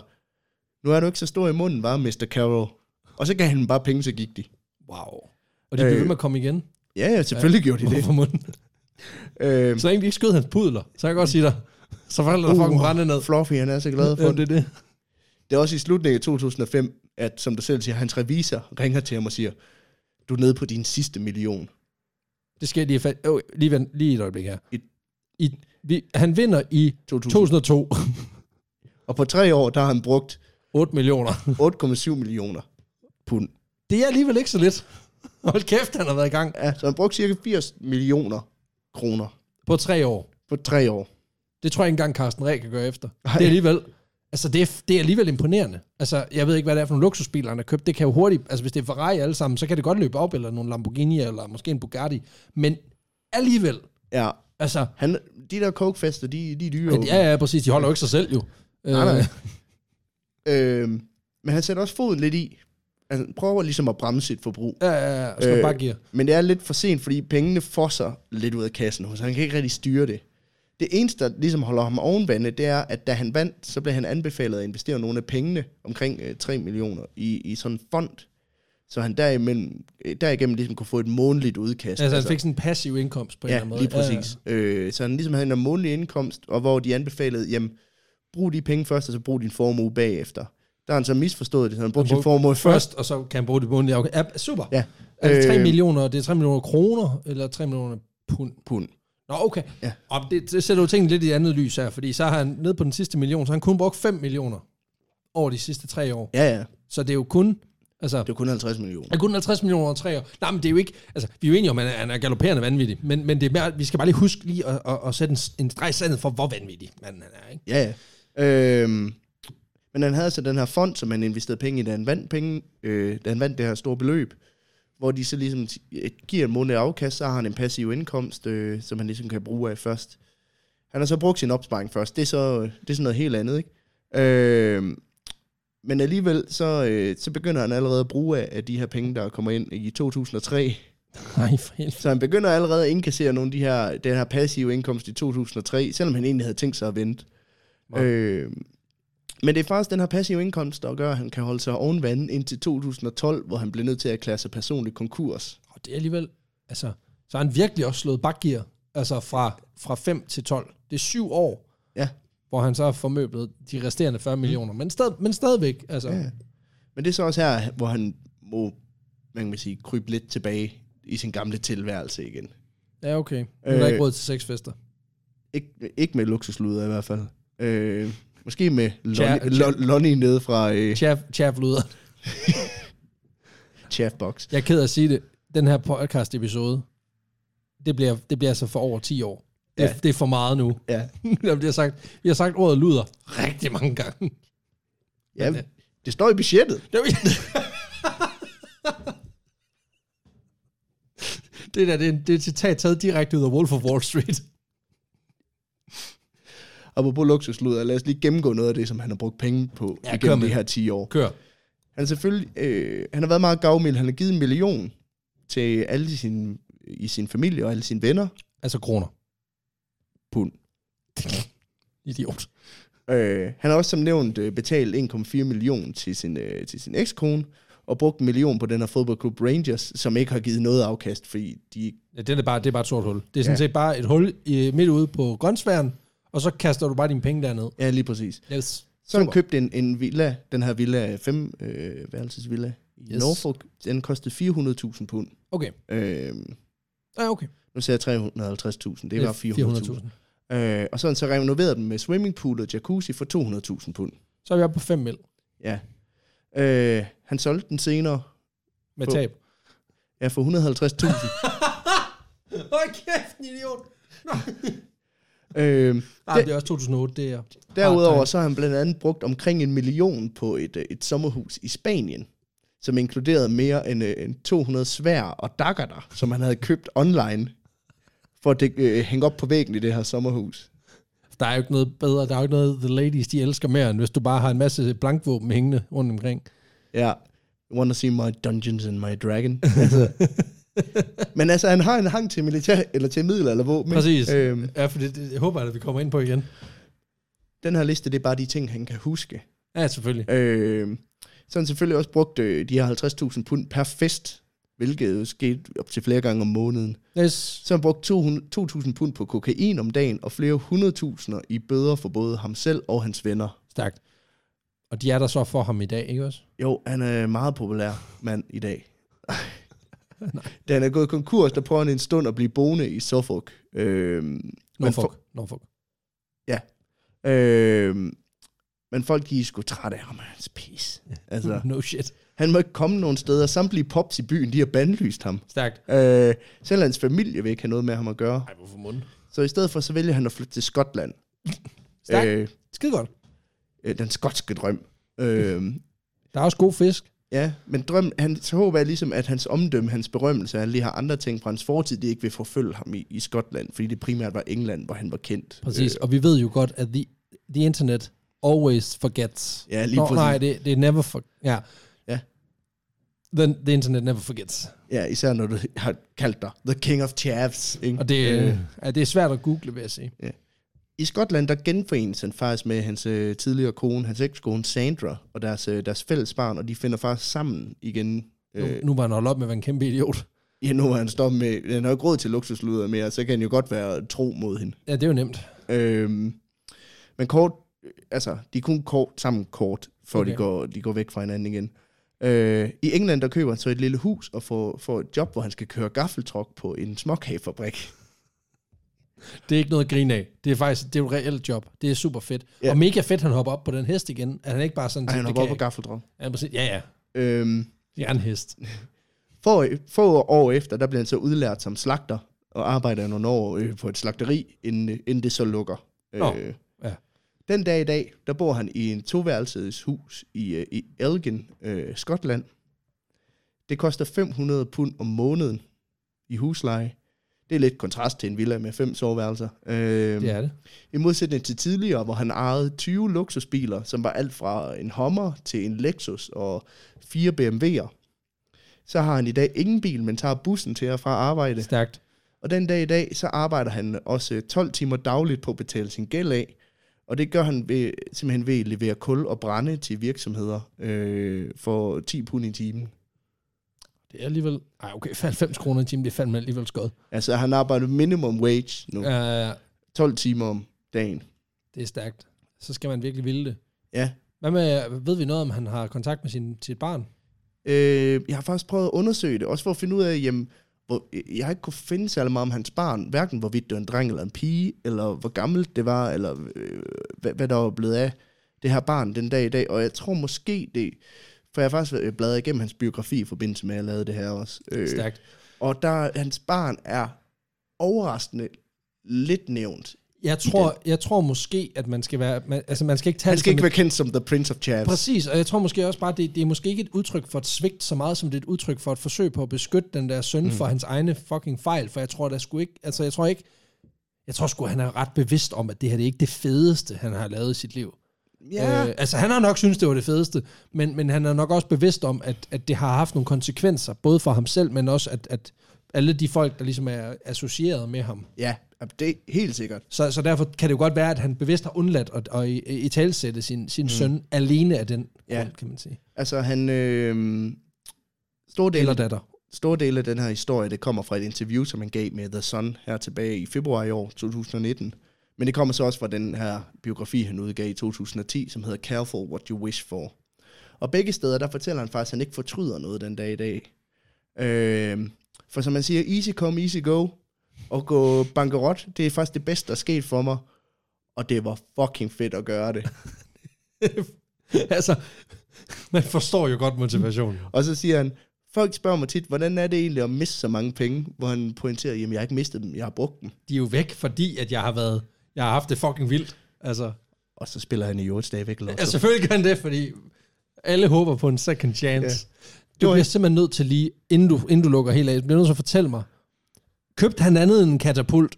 Speaker 2: nu er du ikke så stor i munden, var Mr. Carroll. Og så gav han dem bare penge, så gik de.
Speaker 1: Wow. Og de bliver
Speaker 2: Øh,
Speaker 1: ved med at komme igen.
Speaker 2: Ja, ja, selvfølgelig ja. gjorde de det.
Speaker 1: Hvorfor munden?
Speaker 2: Øh,
Speaker 1: Så egentlig ikke skød hans pudler. Så jeg kan godt sige dig. Så falder der fucking brænde ned. Øh,
Speaker 2: Fluffy, han er så glad Uh. for
Speaker 1: Ja,
Speaker 2: det.
Speaker 1: det er det.
Speaker 2: Det er også i slutningen af 2005, at, som du selv siger, hans revisor ringer til ham og siger, du er nede på din sidste million.
Speaker 1: Det skal jeg lige fat... Oh, lige, vent, lige et øjeblik her.
Speaker 2: Et-
Speaker 1: I, vi, han vinder i
Speaker 2: 2000.
Speaker 1: 2002
Speaker 2: Og på tre år, der har han brugt
Speaker 1: 8 millioner.
Speaker 2: 8,7 millioner pund.
Speaker 1: Det er alligevel ikke så lidt. Hold kæft, han har været i gang.
Speaker 2: Ja, så han brugte cirka 80 millioner kroner
Speaker 1: På tre år.
Speaker 2: på tre år.
Speaker 1: Det tror jeg ikke engang Carsten Ræk kan gøre efter.
Speaker 2: Ej.
Speaker 1: Det er alligevel... Altså, det er, det er alligevel imponerende. Altså, jeg ved ikke, hvad det er for nogle luksusbiler, han har købt. Det kan jo hurtigt... Altså, hvis det er Ferrari alle sammen, så kan det godt løbe op, eller nogle Lamborghini, eller måske en Bugatti. Men alligevel...
Speaker 2: Ja,
Speaker 1: Altså,
Speaker 2: han, de der kokefester, de, de er dyre.
Speaker 1: Men, ja, ja, præcis. De holder jo ikke sig selv, jo.
Speaker 2: Nej, nej.
Speaker 1: Øh,
Speaker 2: Øh, men han sætter også foden lidt i. Altså, han prøver ligesom at bremse sit forbrug.
Speaker 1: Ja, ja, ja. Og slår
Speaker 2: Øh.
Speaker 1: øh. bare gear.
Speaker 2: Men det er lidt for sent, fordi pengene fosser lidt ud af kassen hos ham. Han kan ikke rigtig styre det. Det eneste, der ligesom holder ham ovenvandet, det er, at da han vandt, så blev han anbefalet at investere nogle af pengene, omkring øh, 3 millioner, i, i sådan en fond, så han derimellem, øh, derigennem ligesom kunne få et månedligt udkast.
Speaker 1: Altså, han fik sådan en passiv indkomst på en
Speaker 2: ja,
Speaker 1: eller anden måde.
Speaker 2: lige præcis. Ja, ja. Øh, så han ligesom havde en om månedlig indkomst, og hvor de anbefalede, jamen, brug de penge først, og så brug din formue bagefter. Der har han så misforstået det, så han brugte sin
Speaker 1: brugte
Speaker 2: formue først.
Speaker 1: Først, og så kan han bruge det på en okay. ja, Super. Ja.
Speaker 2: Ja,
Speaker 1: Altså, 3
Speaker 2: Øh.
Speaker 1: millioner, det er 3 millioner kroner, eller 3 millioner pund.
Speaker 2: pund.
Speaker 1: Nå, okay.
Speaker 2: Ja.
Speaker 1: Ja. Og det, det sætter jo tingene lidt i andet lys her, fordi så har han nede på den sidste million, så har han kun brugt 5 millioner over de sidste tre år.
Speaker 2: Ja, ja.
Speaker 1: Så det er jo kun... Altså,
Speaker 2: Det var kun 50 millioner.
Speaker 1: er kun 50 millioner over tre år. Nej, men det er jo ikke... Altså, vi er jo enige om, at han er- han er galopperende vanvittig, men, men det er mere, vi skal bare lige huske lige at, at, at sætte en, en streg i sandet for, hvor vanvittig manden han er, ikke?
Speaker 2: Ja, ja. Øhm, men han havde så den her fond, som han investerede penge i, da han vandt, penge, øh, da han vandt det her store beløb, hvor de så ligesom ti- giver en måned afkast, så har han en passiv indkomst, øh, som han ligesom kan bruge af først. Han har så brugt sin opsparing først. Det er så det er sådan noget helt andet, ikke? Øh, men alligevel, så, øh, så begynder han allerede at bruge af, af de her penge, der kommer ind i 2003.
Speaker 1: Nej, for helvede.
Speaker 2: Så han begynder allerede at indkassere nogle af de her, den her passive indkomst i 2003, selvom han egentlig havde tænkt sig at vente.
Speaker 1: Wow.
Speaker 2: Øh, men det er faktisk den her passive indkomst, der gør, at han kan holde sig oven vand indtil 2012, hvor han blev nødt til at erklære sig personlig konkurs.
Speaker 1: Og det er alligevel... Altså, så har han virkelig også slået bakgear. Altså, fra, fra 5 til 12. Det er syv år,
Speaker 2: Ja,
Speaker 1: hvor han så har formøblet de resterende 40 millioner. Men, stad, men stadigvæk, altså...
Speaker 2: Ja.
Speaker 1: Ja.
Speaker 2: men det er så også her, hvor han må, man kan sige, krybe lidt tilbage i sin gamle tilværelse igen.
Speaker 1: Ja, okay. Nu er der
Speaker 2: Øh.
Speaker 1: ikke råd til seks fester.
Speaker 2: Ik- ikke med luksusluder i hvert fald. Øh, måske med Lonnie,
Speaker 1: Tja-
Speaker 2: Lon- Lonnie nede fra øh,
Speaker 1: Chaf, chaf lyder.
Speaker 2: Chatbox.
Speaker 1: Jeg er ked af at sige det. Den her podcast-episode, det bliver, det bliver altså for over 10 år. Det, ja.
Speaker 2: Ja.
Speaker 1: det er for meget nu.
Speaker 2: Ja.
Speaker 1: Der bliver sagt, vi har sagt ordet luder rigtig mange gange.
Speaker 2: ja. Det står i budgettet.
Speaker 1: Det det der, det er, en- det er et citat taget direkte ud af Wolf of Wall Street.
Speaker 2: Apropos luksusluder, lad os lige gennemgå noget af det, som han har brugt penge på
Speaker 1: Ja,
Speaker 2: ja,
Speaker 1: kør
Speaker 2: igennem
Speaker 1: med
Speaker 2: de
Speaker 1: det.
Speaker 2: her 10 år.
Speaker 1: Kør.
Speaker 2: Han, er selvfølgelig, øh, han har været meget gavmild. Han har givet en million til alle sine, i sin familie og alle sine venner.
Speaker 1: Altså kroner.
Speaker 2: Pund.
Speaker 1: Idiot.
Speaker 2: Øh, han har også som nævnt øh, betalt 1,4 million til sin, øh, til sin ekskone, og brugt en million på den her fodboldklub Rangers, som ikke har givet noget afkast, fordi de...
Speaker 1: Ja, det, er bare, det er bare et sort hul. Det er sådan
Speaker 2: Ja.
Speaker 1: set bare et hul i, midt ude på grøntsværen, og så kaster du bare dine penge derned.
Speaker 2: Ja, lige præcis.
Speaker 1: Yes.
Speaker 2: Så har
Speaker 1: Super.
Speaker 2: han købt en, en villa, den her villa, fem øh, værelses villa i
Speaker 1: Yes.
Speaker 2: yes. Norfolk. Den kostede 400.000 pund.
Speaker 1: Okay.
Speaker 2: Øh,
Speaker 1: Ja, okay.
Speaker 2: nu ser jeg 350.000, det var 400.000.
Speaker 1: 400.000.
Speaker 2: Øh, og så har han så renoveret dem med swimmingpool og jacuzzi for 200.000 pund.
Speaker 1: Så er vi oppe på 5 mil
Speaker 2: Ja. Øh, han solgte den senere
Speaker 1: med
Speaker 2: På-
Speaker 1: tab.
Speaker 2: ja, for 150.000.
Speaker 1: Hold kæft, idiot.
Speaker 2: øh,
Speaker 1: Nej, det, det er også 2008, det er...
Speaker 2: Derudover så har han blandt andet brugt omkring en million på et, øh, et sommerhus i Spanien, som inkluderede mere end, øh, end 200 svær og daggerter, som han havde købt online, for at det, øh, hænge op på væggen i det her sommerhus.
Speaker 1: Der er jo ikke noget bedre, der er jo ikke noget, the ladies, de elsker mere, end hvis du bare har en masse blankvåben hængende rundt omkring.
Speaker 2: Ja. Wanna see my Dungeons and my Dragon? altså. Men altså, han har en hang til militær, eller til middel, eller hvor. Men,
Speaker 1: Præcis.
Speaker 2: Øhm,
Speaker 1: Ja, for det, det jeg håber jeg, at vi kommer ind på igen.
Speaker 2: den her liste, det er bare de ting, han kan huske.
Speaker 1: Ja, selvfølgelig.
Speaker 2: Øh, så har han selvfølgelig også brugt øh, de her 50.000 pund per fest, hvilket jo skete op til flere gange om måneden.
Speaker 1: Yes.
Speaker 2: Så har han brugt 200 2.000 pund på kokain om dagen, og flere hundredtusinder i bøder for både ham selv og hans venner.
Speaker 1: Stærkt. Og de er der så for ham i dag, ikke også?
Speaker 2: Jo, han er en meget populær mand i dag. da han er gået konkurs, der prøver han en stund at blive boende i Suffolk. Øhm, men,
Speaker 1: Norfolk. For... Norfolk.
Speaker 2: øhm, men folk de er sgu trætte af ham og hans pis. Altså,
Speaker 1: No shit.
Speaker 2: han må ikke komme nogen steder. Samtlige pops i byen, de har bandlyst ham.
Speaker 1: Stærkt.
Speaker 2: Øh, selv hans familie vil ikke have noget med ham at gøre.
Speaker 1: Nej, hvorfor munden?
Speaker 2: Så i stedet for, så vælger han at flytte til Skotland.
Speaker 1: Stærkt.
Speaker 2: Øh,
Speaker 1: Skide godt.
Speaker 2: øh, den skotske drøm. Øh,
Speaker 1: Der er også god fisk.
Speaker 2: ja, men drøm, hans håb er ligesom, at hans omdømme, hans berømmelse, han lige har andre ting fra hans fortid, det ikke vil forfølge ham i, i Skotland, fordi det primært var England, hvor han var kendt.
Speaker 1: Præcis. Øh. Og vi ved jo godt, at the, the internet always forgets.
Speaker 2: Ja, lige præcis.
Speaker 1: Nej, det, det er never for... Ja.
Speaker 2: Ja.
Speaker 1: The, the internet never forgets.
Speaker 2: Øh, ja, især når du har kaldt dig The King of Chavs. Ikke?
Speaker 1: Og det, øh.
Speaker 2: Øh,
Speaker 1: ja, det er svært at google, vil jeg sige.
Speaker 2: I Skotland, der genforenes han faktisk med hans øh, tidligere kone, hans ekskone Sandra, og deres, øh, deres fælles barn, og de finder faktisk sammen igen. Øh,
Speaker 1: Nu, nu må han holde op med at være en kæmpe idiot.
Speaker 2: Ja, nu er han stoppet med, han har jo ikke råd til luksusluder mere, så kan han jo godt være tro mod hende.
Speaker 1: Ja, det er jo nemt.
Speaker 2: Øhm, men kort, altså, de er kun kort, sammen kort, for okay.
Speaker 1: Okay.
Speaker 2: de, går, de går væk fra hinanden igen. Øh, I England, der køber han så et lille hus og får, får et job, hvor han skal køre gaffeltruk på en småkagefabrik.
Speaker 1: Det er ikke noget at grine af. Det er faktisk det er jo et reelt job. Det er super fedt. Ja.
Speaker 2: Ja.
Speaker 1: Og mega fedt, han hopper op på den hest igen. At han ikke bare sådan...
Speaker 2: Ej, han
Speaker 1: det
Speaker 2: hopper
Speaker 1: kan
Speaker 2: op
Speaker 1: jeg
Speaker 2: på gaffeltruk.
Speaker 1: ikke. Ja, præcis. ja, ja.
Speaker 2: Øhm,
Speaker 1: Jeg er en hest.
Speaker 2: få, få år efter, der bliver han så udlært som slagter, og arbejder nogle år øh, på et slagteri, inden, øh, inden det så lukker. Øh,
Speaker 1: Nå, ja.
Speaker 2: Den dag i dag, der bor han i en toværelses hus i, øh, i Elgin, øh, Skotland. Det koster 500 pund om måneden i husleje. Det er lidt kontrast til en villa med fem soveværelser. Øh,
Speaker 1: Det er det.
Speaker 2: i modsætning til tidligere, hvor han ejede 20 luksusbiler, som var alt fra en Hummer til en Lexus og fire BMW'er, så har han i dag ingen bil, men tager bussen til og fra arbejde.
Speaker 1: Stærkt.
Speaker 2: Og den dag i dag, så arbejder han også øh, 12 timer dagligt på at betale sin gæld af, og det gør han ved, simpelthen ved at levere kul og brænde til virksomheder øh, for 10 pund i timen.
Speaker 1: Det er alligevel... Ej, okay, 90 kroner i timen, det er fandme alligevel skød.
Speaker 2: Altså han arbejder minimum wage nu, ja.
Speaker 1: Uh,
Speaker 2: 12 timer om dagen.
Speaker 1: det er stærkt. Så skal man virkelig ville det.
Speaker 2: Ja.
Speaker 1: Hvad med, ved vi noget om, han har kontakt med sin, sit barn?
Speaker 2: Øh, jeg har faktisk prøvet at undersøge det, også for at finde ud af, jamen, hvor, jeg har ikke kunne finde særlig meget om hans barn, hverken hvorvidt det var en dreng eller en pige, eller hvor gammelt det var, eller øh, hvad, hvad der var blevet af det her barn den dag i dag. Og jeg tror måske det, for jeg har faktisk øh, bladret igennem hans biografi i forbindelse med, at jeg lavede det her også. Øh,
Speaker 1: Øh. Stærkt.
Speaker 2: og der, hans barn er overraskende lidt nævnt.
Speaker 1: Jeg tror, jeg tror måske, at man skal være... Man, altså, man skal ikke tage
Speaker 2: Han
Speaker 1: det
Speaker 2: skal
Speaker 1: som
Speaker 2: ikke
Speaker 1: et-
Speaker 2: være kendt som The Prince of Jazz.
Speaker 1: Præcis, og jeg tror måske også bare, det, det er måske ikke et udtryk for et svigt så meget, som det er et udtryk for et forsøg på at beskytte den der søn mm. for hans egne fucking fejl, for jeg tror der sgu ikke, altså jeg tror ikke, jeg tror sgu, han er ret bevidst om, at det her det er ikke det fedeste, han har lavet i sit liv.
Speaker 2: Ja,
Speaker 1: Øh, altså han har nok synes det var det fedeste, men, men han er nok også bevidst om, at, at det har haft nogle konsekvenser, både for ham selv, men også at, at alle de folk, der ligesom er associeret med ham.
Speaker 2: ja det er helt sikkert.
Speaker 1: Så, så derfor kan det jo godt være, at han bevidst har undladt at, at, i- i talsætte sin, sin mm. søn alene af den
Speaker 2: Ja.
Speaker 1: grund, kan man sige.
Speaker 2: Altså han... Øh, stor, del,
Speaker 1: Eller datter.
Speaker 2: stor del af den her historie, det kommer fra et interview, som han gav med The Sun her tilbage i februar i år, 2019. Men det kommer så også fra den her biografi, han udgav i 2010, som hedder Careful What You Wish For. Og begge steder, der fortæller han faktisk, at han ikke fortryder noget den dag i dag. Øh, for som man siger, easy come, easy go. Og gå bankerot, det er faktisk det bedste, der er sket for mig. Og det var fucking fedt at gøre det.
Speaker 1: altså, man forstår jo godt motivationen.
Speaker 2: Og så siger han, folk spørger mig tit, hvordan er det egentlig at miste så mange penge? Hvor han pointerer, jamen jeg har ikke mistet dem, jeg har brugt dem.
Speaker 1: De er jo væk, fordi at jeg har været, jeg har haft det fucking vildt. Altså,
Speaker 2: Og så spiller han i øvrigt stadigvæk lotto.
Speaker 1: ja,
Speaker 2: Altså,
Speaker 1: selvfølgelig gør han det, fordi alle håber på en second chance. Ja.
Speaker 2: Det
Speaker 1: Du
Speaker 2: var
Speaker 1: bliver
Speaker 2: ikke-
Speaker 1: simpelthen nødt til lige, inden du, inden du lukker helt af, du bliver nødt til at fortælle mig, købte han andet end en katapult?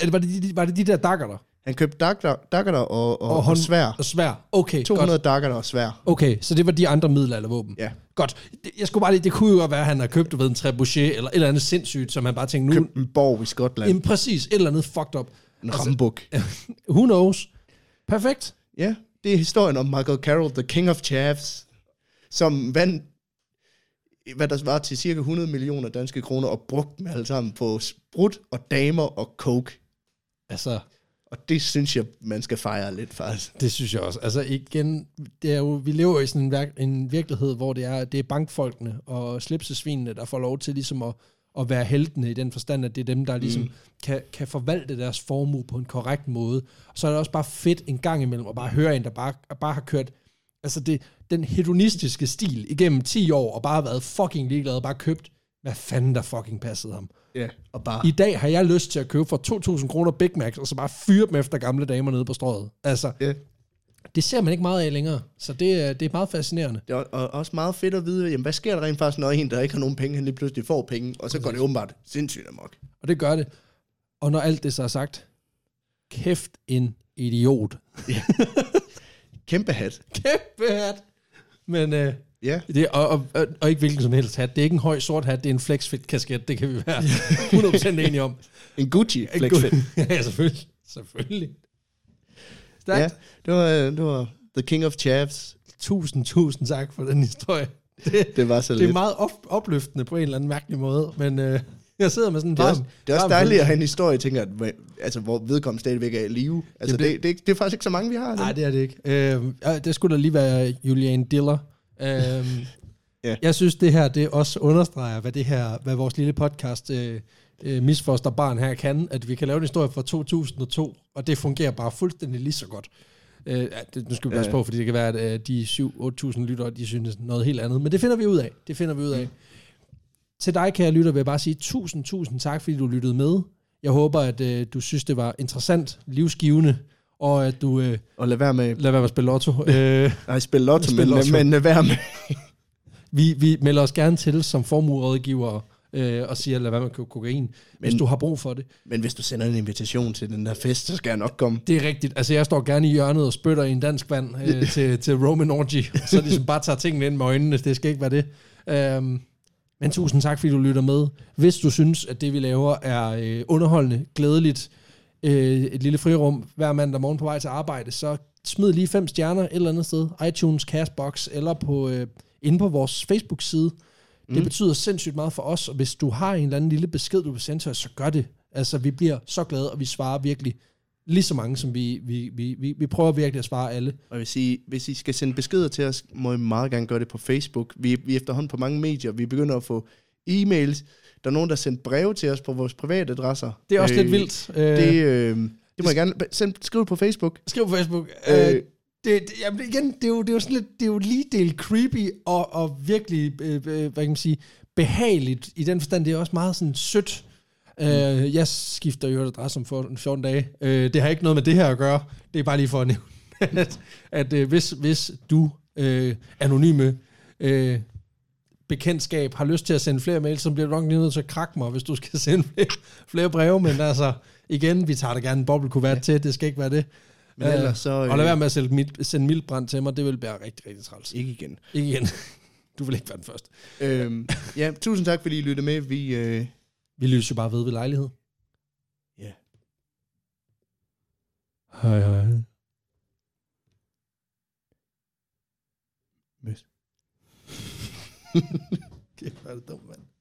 Speaker 1: Eller var det, de- var det de der dakker der?
Speaker 2: han købte dakker, dakker og, og,
Speaker 1: Og
Speaker 2: og,
Speaker 1: hånd-
Speaker 2: og svær.
Speaker 1: Og svær. Okay, godt.
Speaker 2: 200 dakker og svær.
Speaker 1: Okay, så det var de andre midler eller våben?
Speaker 2: Ja.
Speaker 1: Godt. Det, jeg skulle bare lige, det kunne jo godt være, at han har købt, du ved, en trebuchet eller et eller andet sindssygt, som han bare tænkte, nu,
Speaker 2: Købte en borg i Skotland.
Speaker 1: Jamen præcis, et eller andet fucked up. Altså,
Speaker 2: En rambuk.
Speaker 1: Who knows? Perfekt.
Speaker 2: Ja, det er historien om Michael Carroll, the king of chavs, som vandt hvad der svarer til cirka 100 millioner danske kroner, og brugte dem alle sammen på sprut og damer og coke.
Speaker 1: Altså,
Speaker 2: Og det synes jeg, man skal fejre lidt, faktisk.
Speaker 1: det synes jeg også. Altså igen, det er jo, vi lever i sådan en, virk- en virkelighed, hvor det er, det er bankfolkene og slipsesvinene, der får lov til ligesom at, at være heltene i den forstand, at det er dem, der ligesom mm. kan, kan forvalte deres formue på en korrekt måde. Og så er det også bare fedt en gang imellem at bare høre en, der bare, bare har kørt altså det, den hedonistiske stil igennem 10 år, og bare har været fucking ligeglad og bare købt, hvad fanden der fucking passede ham.
Speaker 2: Ja, og bare...
Speaker 1: I dag har jeg lyst til at købe for 2.000 kroner Big Macs, og så bare fyre dem efter gamle damer nede på strøget. Altså,
Speaker 2: Ja.
Speaker 1: det ser man ikke meget af længere, så det, er- det er meget fascinerende.
Speaker 2: Det er o- og også meget fedt at vide, jamen, hvad sker der rent faktisk, når en, der ikke har nogen penge, han lige pludselig får penge, og så går det åbenbart sindssygt amok.
Speaker 1: Og det gør det. Og når alt det så er sagt, kæft en idiot.
Speaker 2: Kæmpe hat.
Speaker 1: Kæmpe hat! Men, øh,
Speaker 2: Ja.
Speaker 1: det, og, og, og, og ikke hvilken som helst hat. Det er ikke en høj sort hat, det er en flexfit kasket, det kan vi være 100% enige om.
Speaker 2: En Gucci flexfit.
Speaker 1: ja, selvfølgelig. Selvfølgelig. Stærkt.
Speaker 2: Ja, det var, øh, det var The King of Chavs.
Speaker 1: Tusind, tusind tak for den historie.
Speaker 2: Det var så
Speaker 1: Det er
Speaker 2: lidt.
Speaker 1: meget op- opløftende på en eller anden mærkelig måde, men øh, jeg sidder med sådan en
Speaker 2: det er
Speaker 1: varm...
Speaker 2: også, det er også
Speaker 1: varm
Speaker 2: dejligt at
Speaker 1: følelse.
Speaker 2: have en historie, jeg tænker, at, hva- altså, hvor vedkommende stadigvæk er i live. Altså,
Speaker 1: Jamen,
Speaker 2: det, det, er ikke- det er faktisk ikke så mange, vi har. altså.
Speaker 1: Nej,
Speaker 2: Nej,
Speaker 1: det er det ikke. Øh, ja, det skulle da lige være Julian Diller. Øh,
Speaker 2: Ja.
Speaker 1: Jeg synes, det her det også understreger, hvad, det her, hvad vores lille podcast øh, øh, Misfoster Barn her kan, at vi kan lave en historie fra 2002, og det fungerer bare fuldstændig lige så godt. Øh, ja, det, nu skal vi passe
Speaker 2: Ja.
Speaker 1: på, fordi det kan være, at øh, de 7-8.000 lyttere, de synes noget helt andet, men det finder vi ud af. Det finder vi ud af. Mm. Til dig, kære lytter, vil jeg bare sige tusind, tusind tak, fordi du lyttede med. Jeg håber, at øh, du synes, det var interessant, livsgivende, og at du... Øh,
Speaker 2: Og lad være med...
Speaker 1: Lad være med at spille lotto. Øh,
Speaker 2: Nej, spil lotto,
Speaker 1: Spil
Speaker 2: men,
Speaker 1: lotto.
Speaker 2: men lad være med...
Speaker 1: vi, vi melder os gerne til som formuerådgiver øh, og siger, lad være med at købe kokain, Men, hvis du har brug for det.
Speaker 2: Men hvis du sender en invitation til den der fest, så skal jeg nok komme.
Speaker 1: Det er rigtigt. Altså, jeg står gerne i hjørnet og spytter i en dansk vand øh, til, til Roman Orgy, og så ligesom bare tager tingene ind med øjnene. Det skal ikke være det. Øhm, men tusind tak, fordi du lytter med. Hvis du synes, at det, vi laver, er øh, underholdende, glædeligt, øh, et lille frirum hver mandag morgen på vej til arbejde, så smid lige fem stjerner et eller andet sted, iTunes, Castbox, eller på, øh, inde på vores Facebook-side. Det betyder sindssygt meget for os, og hvis du har en eller anden lille besked, du vil sende til os, så gør det. Altså, vi bliver så glade, og vi svarer virkelig lige så mange, som vi, vi, vi, vi, vi prøver virkelig at svare alle.
Speaker 2: Og hvis I, hvis I skal sende beskeder til os, må I meget gerne gøre det på Facebook. Vi, vi er efterhånden på mange medier. Vi begynder at få e-mails. Der er nogen, der sender breve til os på vores private adresser.
Speaker 1: Det er også øh, lidt vildt. Øh,
Speaker 2: Det,
Speaker 1: det,
Speaker 2: øh, det må jeg gerne... Send, skriv det på Facebook.
Speaker 1: skriv på Facebook. Øh,
Speaker 2: Øh,
Speaker 1: det, det, jamen igen, det er, jo, det er jo sådan lidt, det er jo lige del creepy og, og virkelig, øh, øh, hvad kan man sige, behageligt i den forstand. Det er også meget sådan sødt. Øh, jeg skifter jo adresse om for- 14 dage. Øh, det har ikke noget med det her at gøre. Det er bare lige for at nævne, at, at øh, hvis, hvis du, øh, anonyme øh, bekendtskab, har lyst til at sende flere mails, så bliver du nok lige nødt til at krakke mig, hvis du skal sende flere, flere breve. Men altså, igen, vi tager da gerne en bobbelkuvert ja. til. Det skal ikke være det.
Speaker 2: Men
Speaker 1: Øh,
Speaker 2: ellers så...
Speaker 1: Og lad være med at sælge mild, sende mildbrand til mig. Det vil være rigtig, rigtig træls.
Speaker 2: Ikke igen.
Speaker 1: Ikke igen. Du vil ikke være den første.
Speaker 2: øhm, ja, tusind tak, fordi I lyttede med. Vi, øh,
Speaker 1: Vi lyser bare ved ved lejlighed.
Speaker 2: Ja.
Speaker 1: Hej, hej.
Speaker 2: Møs.
Speaker 1: Kæft, hvor er det dumt, mand.